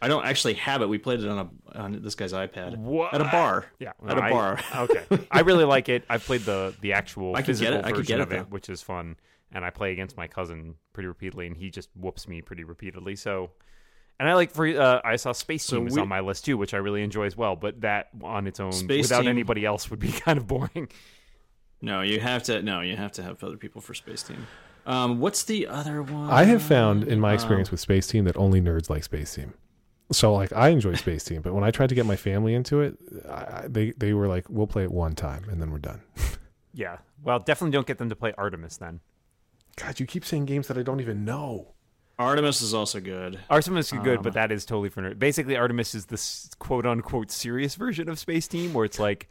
Speaker 1: I don't actually have it. We played it on a on this guy's iPad
Speaker 2: What?
Speaker 1: at a bar.
Speaker 2: Yeah,
Speaker 1: at
Speaker 2: no,
Speaker 1: a
Speaker 2: I-
Speaker 1: bar.
Speaker 2: (laughs) okay, I really like it. I've played the the actual
Speaker 1: I could get
Speaker 2: physical
Speaker 1: it- I could
Speaker 2: version
Speaker 1: get it,
Speaker 2: of it,
Speaker 1: though.
Speaker 2: which is fun. and I play against my cousin pretty repeatedly, and he just whoops me pretty repeatedly. So, and I like free. Uh, I saw Space
Speaker 1: So
Speaker 2: Team is
Speaker 1: we-
Speaker 2: on my list too, which I really enjoy as well. But that on its own,
Speaker 1: Space
Speaker 2: without
Speaker 1: Team-
Speaker 2: anybody else, would be (laughs) kind of boring.
Speaker 1: No, you have to. No, you have to have other people for space team. Um, what's the other one?
Speaker 3: I have found in my
Speaker 1: Um,
Speaker 3: experience with Space Team that only nerds like Space Team. So like I enjoy Space Team, but when I tried to get my family into it, I, I- they they were like, "We'll play it one time and then we're done."
Speaker 2: Yeah. Well, definitely don't get them to play Artemis then.
Speaker 3: God, you keep saying games that I don't even know.
Speaker 1: Artemis is also good.
Speaker 2: Artemis is
Speaker 3: Um,
Speaker 2: good, but that is totally for nerd. Basically, Artemis is this quote unquote serious version of Space Team, where it's like,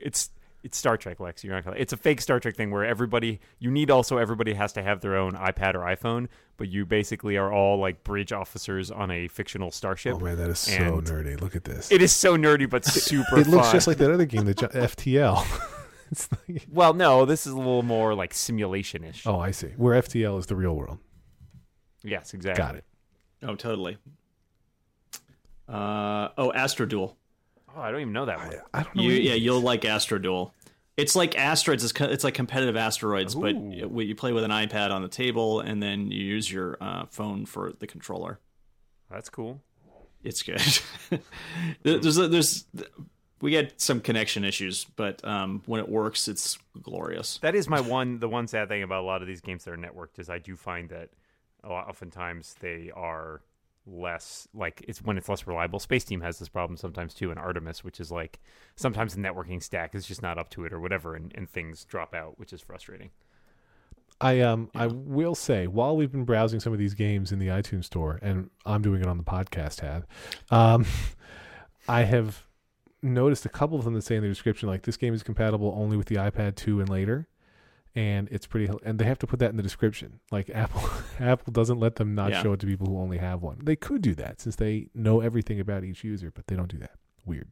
Speaker 2: it's it's Star Trek, Lex. You're not gonna, it's a fake Star Trek thing where everybody you need also everybody has to have their own iPad or iPhone, but you basically are all like bridge officers on a fictional starship.
Speaker 3: Oh man, that is so
Speaker 2: And-
Speaker 3: nerdy. Look at this.
Speaker 2: It is so nerdy, but super.
Speaker 3: It looks
Speaker 2: fun.
Speaker 3: just like that other game, the (laughs) Gi- FTL. it's like,
Speaker 2: Well, no, this is a little more like simulation ish.
Speaker 3: oh, I see. Where FTL is the real world.
Speaker 2: Yes, exactly.
Speaker 3: Got it.
Speaker 1: Oh, totally. Uh, oh, Astro Duel.
Speaker 2: Oh, I don't even know that one.
Speaker 3: I uh, don't know.
Speaker 1: You,
Speaker 3: any of
Speaker 1: yeah,
Speaker 3: these.
Speaker 1: you'll like Astro Duel. It's like asteroids. It's, co- it's like competitive asteroids, but
Speaker 2: Ooh.
Speaker 1: you you play with an iPad on the table, and then you use your uh, phone for the controller.
Speaker 2: That's cool.
Speaker 1: It's good. (laughs) There- there's there's we had some connection issues, but um, when it works, it's glorious.
Speaker 2: That is my one. The one sad thing about a lot of these games that are networked is I do find that a lot, oftentimes they are less like it's when it's less reliable. Space Team has this problem sometimes too, and Artemis, which is like sometimes the networking stack is just not up to it or whatever, and, and things drop out, which is frustrating.
Speaker 3: I um I will say while we've been browsing some of these games in the iTunes store and I'm doing it on the podcast tab, um, (laughs) I have noticed a couple of them that say in the description like this game is compatible only with the iPad 2 and later, and it's pretty and they have to put that in the description. Like (laughs) Apple Apple doesn't let them not
Speaker 1: Yeah.
Speaker 3: show it to people who only have one. They could do that since they know everything about each user, but they don't do that. Weird.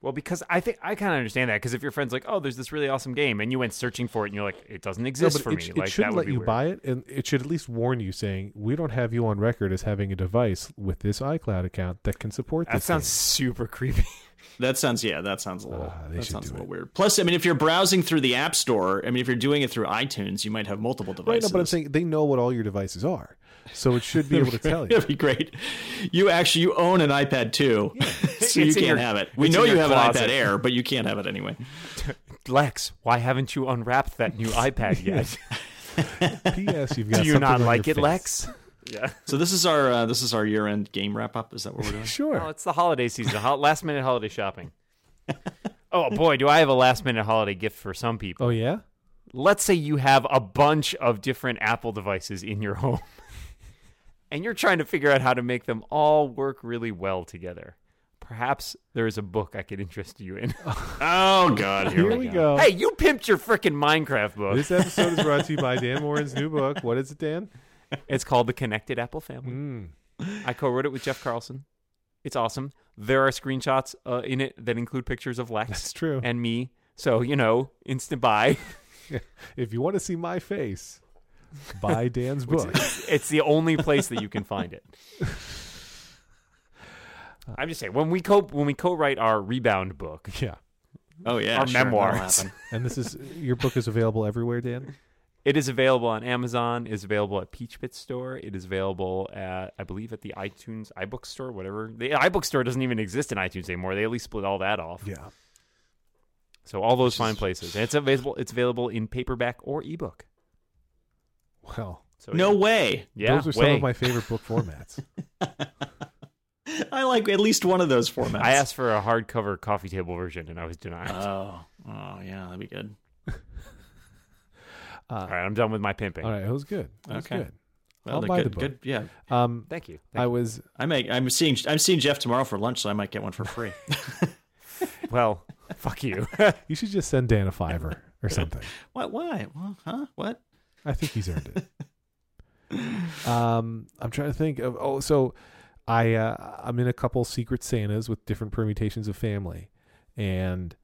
Speaker 2: Well, because I think I kind of understand that because if your friend's like, "Oh, there's this really awesome game," and you went searching for it, and you're like, "It doesn't exist
Speaker 3: but
Speaker 2: for
Speaker 3: it,
Speaker 2: me,"
Speaker 3: sh- it
Speaker 2: like
Speaker 3: should
Speaker 2: that would
Speaker 3: let
Speaker 2: be
Speaker 3: you
Speaker 2: weird.
Speaker 3: buy it, and it should at least warn you, saying we don't have you on record as having a device with this iCloud account that can support
Speaker 2: That
Speaker 3: this.
Speaker 2: sounds super (laughs) creepy.
Speaker 1: That sounds yeah, that sounds a little
Speaker 3: Ah, they
Speaker 1: that
Speaker 3: should
Speaker 1: sounds a
Speaker 3: do
Speaker 1: little
Speaker 3: it.
Speaker 1: weird. Plus, I mean, if you're browsing through the App Store, I mean, if you're doing it through iTunes, you might have multiple
Speaker 3: thing. right?
Speaker 1: devices.
Speaker 3: No, but I'm saying they know what all your devices are, so it should be (laughs) able to tell you.
Speaker 1: (laughs) That'd be great. You actually you own an iPad too, (laughs) so you
Speaker 3: (laughs)
Speaker 2: It's in
Speaker 1: can't
Speaker 2: your-
Speaker 1: have it. We
Speaker 2: it's
Speaker 1: know
Speaker 2: in
Speaker 1: you
Speaker 2: your
Speaker 1: have an
Speaker 2: closet.
Speaker 1: iPad Air, but you can't have it anyway.
Speaker 2: Lex, why haven't you unwrapped that
Speaker 3: (laughs)
Speaker 2: new iPad yet?
Speaker 3: P.S. You've got
Speaker 2: Do you
Speaker 3: something
Speaker 2: not
Speaker 3: on
Speaker 2: like
Speaker 3: your
Speaker 2: it,
Speaker 3: face.
Speaker 2: Lex? Yeah.
Speaker 1: So this is our uh, this is our year end game wrap up. Is that what we're doing?
Speaker 3: Sure.
Speaker 2: Well, Oh, it's the holiday season, hol- last minute holiday shopping. oh boy, do I have a last minute holiday gift for some people.
Speaker 3: oh yeah.
Speaker 2: Let's say you have a bunch of different Apple devices in your home. (laughs) and you're trying to figure out how to make them all work really well together. Perhaps there is a book I could interest you
Speaker 3: (laughs)
Speaker 2: in.
Speaker 1: (laughs) Oh God,
Speaker 3: Here we go.
Speaker 2: hey, you pimped your frickin' Minecraft book.
Speaker 3: This episode is brought to you
Speaker 2: (laughs)
Speaker 3: by Dan Morin's new book. What is it, Dan?
Speaker 2: It's called The Connected Apple Family.
Speaker 3: Mm.
Speaker 2: I co-wrote it with Jeff Carlson. It's awesome. There are screenshots uh, in it that include pictures of Lex.
Speaker 3: (laughs) That's true.
Speaker 2: And me. So you know, instant buy. (laughs)
Speaker 3: If you want to see my face, buy Dan's book.
Speaker 2: it's the only place that you can find it. I'm just saying when we co when we co-write our rebound book,
Speaker 3: yeah.
Speaker 1: (laughs) Oh yeah,
Speaker 2: Our
Speaker 1: sure, that'll
Speaker 2: memoirs.
Speaker 1: happen.
Speaker 3: And this is your book is available everywhere, Dan.
Speaker 2: it is available on Amazon. Is available at Peach Pit Store. It is available at I believe at the iTunes iBook Store, whatever. The iBook Store doesn't even exist in iTunes anymore. They at least split all that off.
Speaker 3: Yeah.
Speaker 2: So all those fine places. And it's available. It's available in paperback or ebook.
Speaker 3: Well,
Speaker 2: So
Speaker 1: No
Speaker 2: yeah.
Speaker 1: way.
Speaker 2: Yeah,
Speaker 3: those are some
Speaker 2: way.
Speaker 3: of my favorite book formats.
Speaker 1: I like at least one of those formats.
Speaker 2: I asked for a hardcover coffee table version, and I was denied.
Speaker 1: Oh, oh yeah, that'd be good.
Speaker 3: Ah,
Speaker 2: all right, I'm done with my pimping.
Speaker 3: All right, it was good. It was
Speaker 1: Okay.
Speaker 3: good.
Speaker 1: Well,
Speaker 3: I'll
Speaker 1: they're
Speaker 3: buy
Speaker 1: good,
Speaker 3: the book.
Speaker 1: good. Yeah,
Speaker 3: Um,
Speaker 2: Thank you.
Speaker 3: I was
Speaker 1: I make. I'm seeing. I'm seeing Jeff tomorrow for lunch, so I might get one for
Speaker 3: (laughs)
Speaker 1: free.
Speaker 2: (laughs) well, fuck you.
Speaker 3: You should just send Dan a fiver
Speaker 1: (laughs)
Speaker 3: or something.
Speaker 1: what? Why? Well, huh? What?
Speaker 3: I think he's earned it.
Speaker 1: (laughs)
Speaker 3: Um, I'm trying to think of. Oh, so I uh, I'm in a couple Secret Santas with different permutations of family, and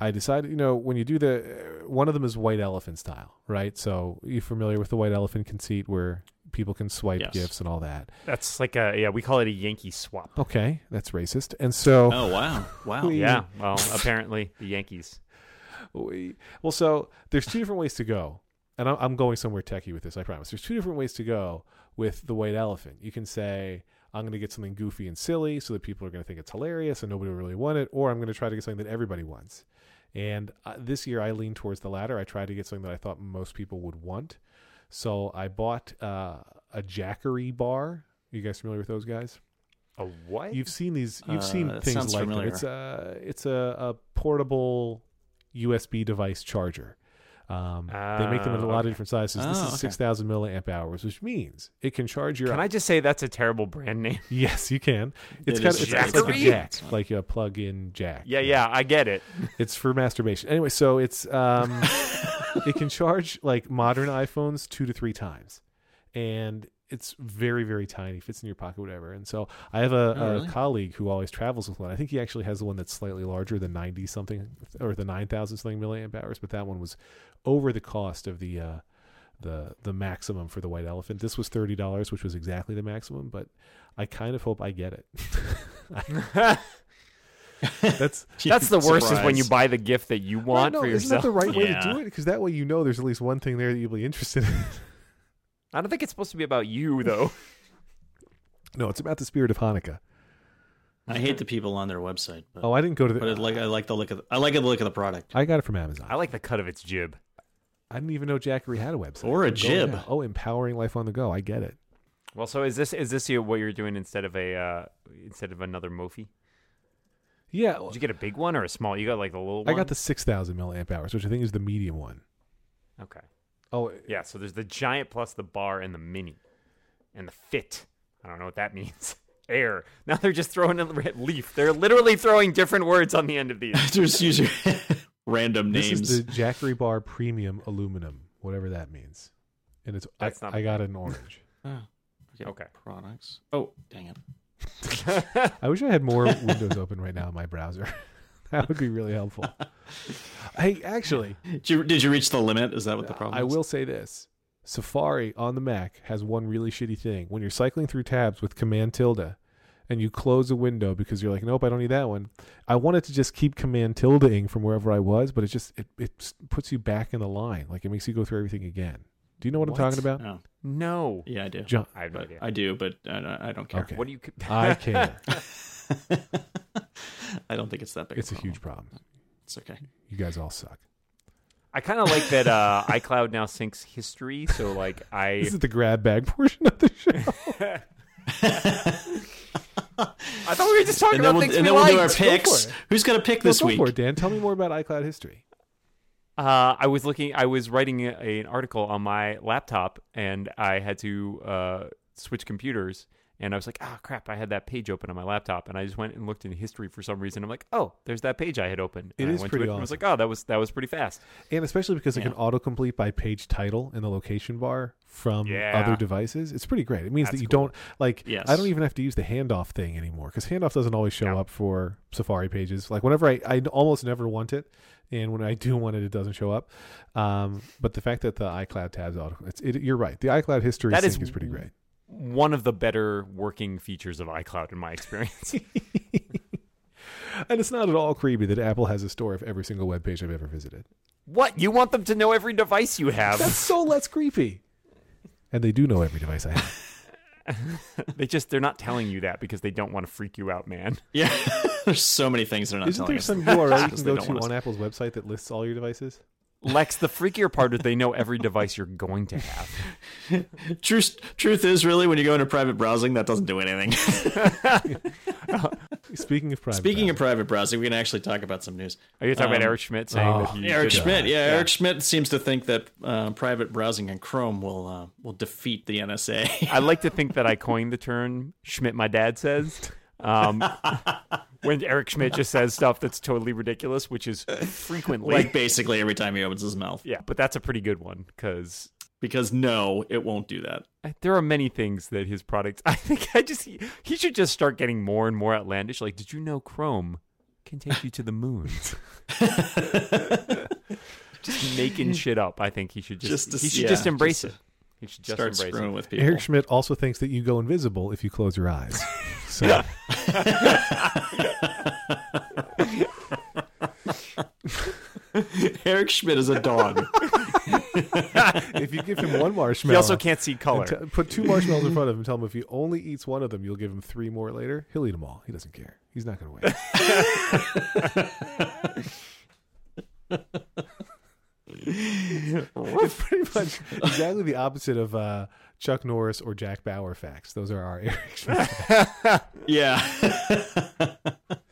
Speaker 3: I decided, you know, when you do the uh, one of them is white elephant style, right? So you familiar with the white elephant conceit where people can swipe
Speaker 1: Yes.
Speaker 3: gifts and all that.
Speaker 2: That's like a yeah. We call it a Yankee swap.
Speaker 3: Okay, that's racist. And so
Speaker 1: Oh wow, wow. (laughs)
Speaker 3: We-
Speaker 2: Yeah. Well, apparently the Yankees.
Speaker 3: We, well, so there's two different ways to go. and I'm, I'm going somewhere techie with this, I promise. There's two different ways to go with the white elephant. You can say, I'm going to get something goofy and silly so that people are going to think it's hilarious and nobody will really want it, or I'm going to try to get something that everybody wants. And uh, this year I leaned towards the latter. I tried to get something that I thought most people would want. So I bought uh, a Jackery bar. You guys familiar with those guys?
Speaker 2: A what?
Speaker 3: You've seen these. You've
Speaker 1: Uh,
Speaker 3: seen
Speaker 1: that
Speaker 3: things
Speaker 1: sounds
Speaker 3: like
Speaker 1: familiar.
Speaker 3: that. It's a it's a, a portable USB device charger. Um, they make them in a lot of different sizes. this
Speaker 1: Oh,
Speaker 3: is
Speaker 1: okay.
Speaker 3: six thousand milliamp hours, which means it can charge your.
Speaker 2: Can I just say that's a terrible brand name?
Speaker 3: (laughs) Yes, you can. It's
Speaker 1: It
Speaker 3: kind of
Speaker 1: is
Speaker 3: it's, it's like a
Speaker 2: Jackery?
Speaker 3: jack, like a plug-in jack.
Speaker 2: (laughs) Yeah, yeah, I get (laughs)
Speaker 3: (laughs)
Speaker 2: it.
Speaker 3: It's for masturbation. Anyway, so it's
Speaker 1: (laughs)
Speaker 3: um, it can charge like modern iPhones two to three times, and it's very very tiny. Fits in your pocket, whatever. And so I have a,
Speaker 1: Oh,
Speaker 3: a
Speaker 1: really?
Speaker 3: colleague who always travels with one. I think he actually has one that's slightly larger, the ninety something or the nine thousand something milliamp hours. But that one was over the cost of the. Uh, the the maximum for the white elephant. This was thirty dollars, which was exactly the maximum. But I kind of hope I get it. (laughs) That's
Speaker 2: That's the worst is when
Speaker 1: Surprise.
Speaker 2: you buy the gift that you want
Speaker 3: no,
Speaker 2: for
Speaker 3: Isn't that
Speaker 2: yourself.
Speaker 3: the right way to
Speaker 1: Yeah.
Speaker 3: do it? Because that way you know there's at least one thing there that you'll be interested in. (laughs)
Speaker 2: I don't think it's supposed to be about you though.
Speaker 3: no, it's about the spirit of Hanukkah.
Speaker 1: I hate the people on their website, but,
Speaker 3: Oh, I didn't go to
Speaker 1: but I
Speaker 3: the.
Speaker 1: like I like the look of the, I like the look of the product
Speaker 3: I got it from Amazon.
Speaker 2: (laughs) I like the cut of its jib.
Speaker 3: I didn't even know Jackery had a website.
Speaker 1: or a
Speaker 3: Go
Speaker 1: jib.
Speaker 3: now. Oh, empowering life on the go. I get it.
Speaker 2: Well, so is this is this your- what you're doing instead of a uh, instead of another Mophie?
Speaker 3: Yeah,
Speaker 2: Did you get a big one or a small? You got like the little one.
Speaker 3: I got the six thousand milliamp hours, which I think is the medium one.
Speaker 2: Okay.
Speaker 3: Oh,
Speaker 2: Yeah. So there's the giant plus the bar and the mini, and the fit. I don't know what that (laughs) means. Air. Now they're just throwing a re- leaf. They're literally throwing different words on the end of these.
Speaker 1: (laughs) Just use your random
Speaker 3: this
Speaker 1: names.
Speaker 3: is the Jackery Bar Premium Aluminum, whatever that means. And it's I,
Speaker 2: That's not-
Speaker 3: I got it in orange. (laughs)
Speaker 2: Okay.
Speaker 1: Ah, Products. Oh, dang it.
Speaker 3: I wish I had more windows open right now in my browser. (laughs) that would be really helpful. Hey, actually,
Speaker 1: Did you, did you reach the limit? Is that what the problem
Speaker 3: I
Speaker 1: is?
Speaker 3: will say this. Safari on the Mac has one really shitty thing. When you're cycling through tabs with command tilde and you close a window because you're like, nope, I don't need that one. I wanted to just keep command tildeing from wherever I was, but it just it, it s- puts you back in the line. Like it makes you go through everything again. Do you know what,
Speaker 2: What?
Speaker 3: I'm talking about?
Speaker 1: Oh,
Speaker 2: (laughs) No.
Speaker 1: yeah, I do.
Speaker 3: John,
Speaker 2: I have no
Speaker 1: But
Speaker 2: idea.
Speaker 1: I do, but I don't, I don't care.
Speaker 3: Okay.
Speaker 2: What do you?
Speaker 3: (laughs)
Speaker 1: (laughs)
Speaker 3: I care.
Speaker 1: I don't think it's that big.
Speaker 3: it's a
Speaker 1: problem.
Speaker 3: huge problem.
Speaker 1: It's okay.
Speaker 3: You guys all suck.
Speaker 2: I kind of like that uh, (laughs) iCloud now syncs history. So like I
Speaker 3: This is the grab bag (laughs) portion of the
Speaker 2: (laughs)
Speaker 3: show. (laughs)
Speaker 2: I thought we were just talking
Speaker 1: and
Speaker 2: about
Speaker 1: then we'll,
Speaker 2: things
Speaker 1: and
Speaker 2: we
Speaker 1: then we'll do our
Speaker 2: (laughs) liked.
Speaker 1: picks.
Speaker 3: it.
Speaker 1: Who's going to pick this
Speaker 3: Go
Speaker 1: week?
Speaker 3: for it, Dan. Tell me more about iCloud history.
Speaker 2: Uh, I was looking. I was writing a, an article on my laptop, and I had to uh, switch computers. And I was like, "Ah, crap! I had that page open on my laptop." And I just went and looked in history for some reason. I'm like, "Oh, there's that page I had open."
Speaker 3: It
Speaker 2: And
Speaker 3: is
Speaker 2: I went
Speaker 3: pretty
Speaker 2: to it And I was like, "Oh, that was that was pretty fast."
Speaker 3: And especially because it
Speaker 1: Yeah.
Speaker 3: can autocomplete by page title in the location bar from
Speaker 2: Yeah.
Speaker 3: other devices. It's pretty great. It means that
Speaker 2: That's
Speaker 3: you
Speaker 2: cool.
Speaker 3: don't like I
Speaker 1: Yes.
Speaker 3: don't even have to use the handoff thing anymore because handoff doesn't always show
Speaker 2: Yeah.
Speaker 3: up for Safari pages. Like whenever I, I almost never want it, and when I do want it, it doesn't show up. Um, but the fact that the iCloud tabs auto, it's, it, you're right. The iCloud history
Speaker 2: That
Speaker 3: sync
Speaker 2: is
Speaker 3: is, pretty great.
Speaker 2: One of the better working features of iCloud, in my (laughs) experience.
Speaker 3: And it's not at all creepy that Apple has a store of every single web page I've ever visited.
Speaker 2: what you want them to know every device you
Speaker 3: That's
Speaker 2: have?
Speaker 3: so less creepy. And they do know every device I have.
Speaker 2: (laughs) they just they're not telling you that because they don't want to freak you out, man.
Speaker 1: (laughs) Yeah. There's so many things they're not
Speaker 3: Isn't
Speaker 1: telling
Speaker 3: there
Speaker 1: us.
Speaker 3: some URL you
Speaker 1: Because (laughs) they
Speaker 3: can go
Speaker 1: don't want
Speaker 3: to
Speaker 1: us-
Speaker 3: on Apple's website that lists all your devices?
Speaker 2: Lex, the freakier part is they know every device you're going to have.
Speaker 1: Truth, truth is, really, when you go into private browsing, that doesn't do
Speaker 3: (laughs)
Speaker 1: anything.
Speaker 3: Speaking of private.
Speaker 1: Speaking
Speaker 3: browsing,
Speaker 1: of private browsing, we can actually talk about some news.
Speaker 2: Are you talking about
Speaker 1: Um,
Speaker 2: Eric Schmidt saying
Speaker 3: oh,
Speaker 2: that he
Speaker 1: Eric
Speaker 2: should-
Speaker 1: Schmidt, yeah, Eric Schmidt seems to think that uh, private browsing and Chrome will uh, will defeat the (laughs) NSA.
Speaker 2: I like to think that I coined the term Schmidt, my dad says. Um, when Eric Schmidt just says stuff that's totally ridiculous, which is frequently.
Speaker 1: like basically every time he opens his mouth,
Speaker 2: yeah, but that's a pretty good one because
Speaker 1: because no, it won't do that.
Speaker 2: there are many things that his products. I think I just. He, he should just start getting more and more outlandish. Like, did you know Chrome can take you to
Speaker 1: (laughs)
Speaker 2: the moon? just making shit up. I think he should just.
Speaker 1: Just to-
Speaker 2: he should
Speaker 1: yeah,
Speaker 2: just embrace
Speaker 1: just
Speaker 2: it. He should just
Speaker 1: Start
Speaker 2: embrace
Speaker 1: screwing
Speaker 2: it.
Speaker 1: with people. (laughs)
Speaker 3: Eric Schmidt also thinks that you go invisible if you close your eyes. So (laughs)
Speaker 1: Eric Schmidt is a dog.
Speaker 3: if you give
Speaker 1: (laughs)
Speaker 3: him one marshmallow,
Speaker 4: He also can't see color.
Speaker 3: and t- put two marshmallows in front of him. Tell him if he only eats one of them, you'll give him three more later. He'll eat them all. He doesn't care. He's not going to
Speaker 1: (laughs)
Speaker 3: wait. it's pretty much exactly the opposite of uh, Chuck Norris or Jack Bauer facts. Those are our (laughs) Eric Schmidt.
Speaker 1: yeah. (laughs)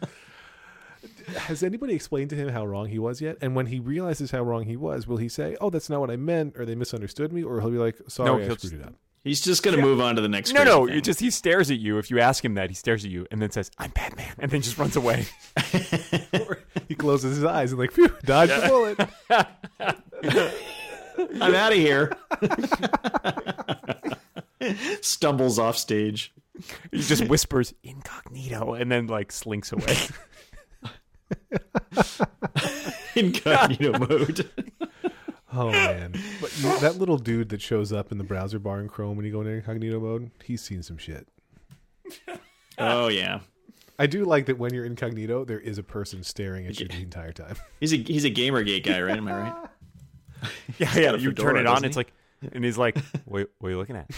Speaker 3: Has anybody explained to him how wrong he was yet? And when he realizes how wrong he was, will he say, "Oh, that's not what I meant," or "They misunderstood me," or he'll be like, "Sorry, I
Speaker 4: he'll
Speaker 3: screwed it up." (laughs)
Speaker 1: He's just gonna move on to the next.
Speaker 2: No,
Speaker 1: crazy
Speaker 2: no,
Speaker 1: thing.
Speaker 2: it just he stares at you. If you ask him that, he stares at you and then says, "I'm Batman," and then just runs away.
Speaker 3: He closes his eyes and like, "Phew, dodged the bullet."
Speaker 1: I'm out of here. (laughs) Stumbles off stage. (laughs)
Speaker 2: He just whispers incognito and then like slinks away.
Speaker 1: incognito mode.
Speaker 3: Oh man, but you, that little dude that shows up in the browser bar in Chrome when you go into incognito mode, he's seen some shit.
Speaker 1: Oh yeah,
Speaker 3: I do like that when you're incognito, there is a person staring at you the entire time. (laughs)
Speaker 1: he's a he's a GamerGate guy, right? Am I right?
Speaker 2: yeah, yeah.
Speaker 1: a
Speaker 2: You turn
Speaker 1: fedora,
Speaker 2: it on,
Speaker 1: doesn't
Speaker 2: it's
Speaker 1: he?
Speaker 2: like, and he's
Speaker 1: (laughs)
Speaker 2: like, "What, what are you looking at?"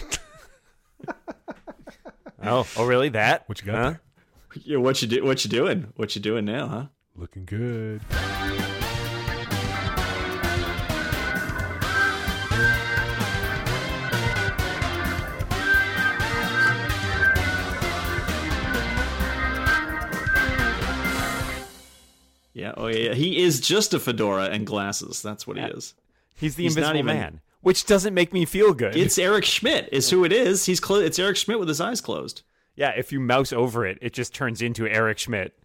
Speaker 2: oh, oh, really? That?
Speaker 3: What you got
Speaker 2: Huh?
Speaker 3: there?
Speaker 1: (laughs) Yeah, what you do? What you doing? What you doing now, huh?
Speaker 3: Looking good.
Speaker 1: Yeah. Oh yeah. yeah. He is just a fedora and glasses. That's what he is.
Speaker 2: He's the
Speaker 1: He's not
Speaker 2: Invisible
Speaker 1: even-
Speaker 2: Man, which doesn't make me feel good.
Speaker 1: It's Eric Schmidt. Is who it is. He's clo- It's Eric Schmidt with his eyes closed.
Speaker 2: yeah, if you mouse over it, it just turns into Eric Schmidt.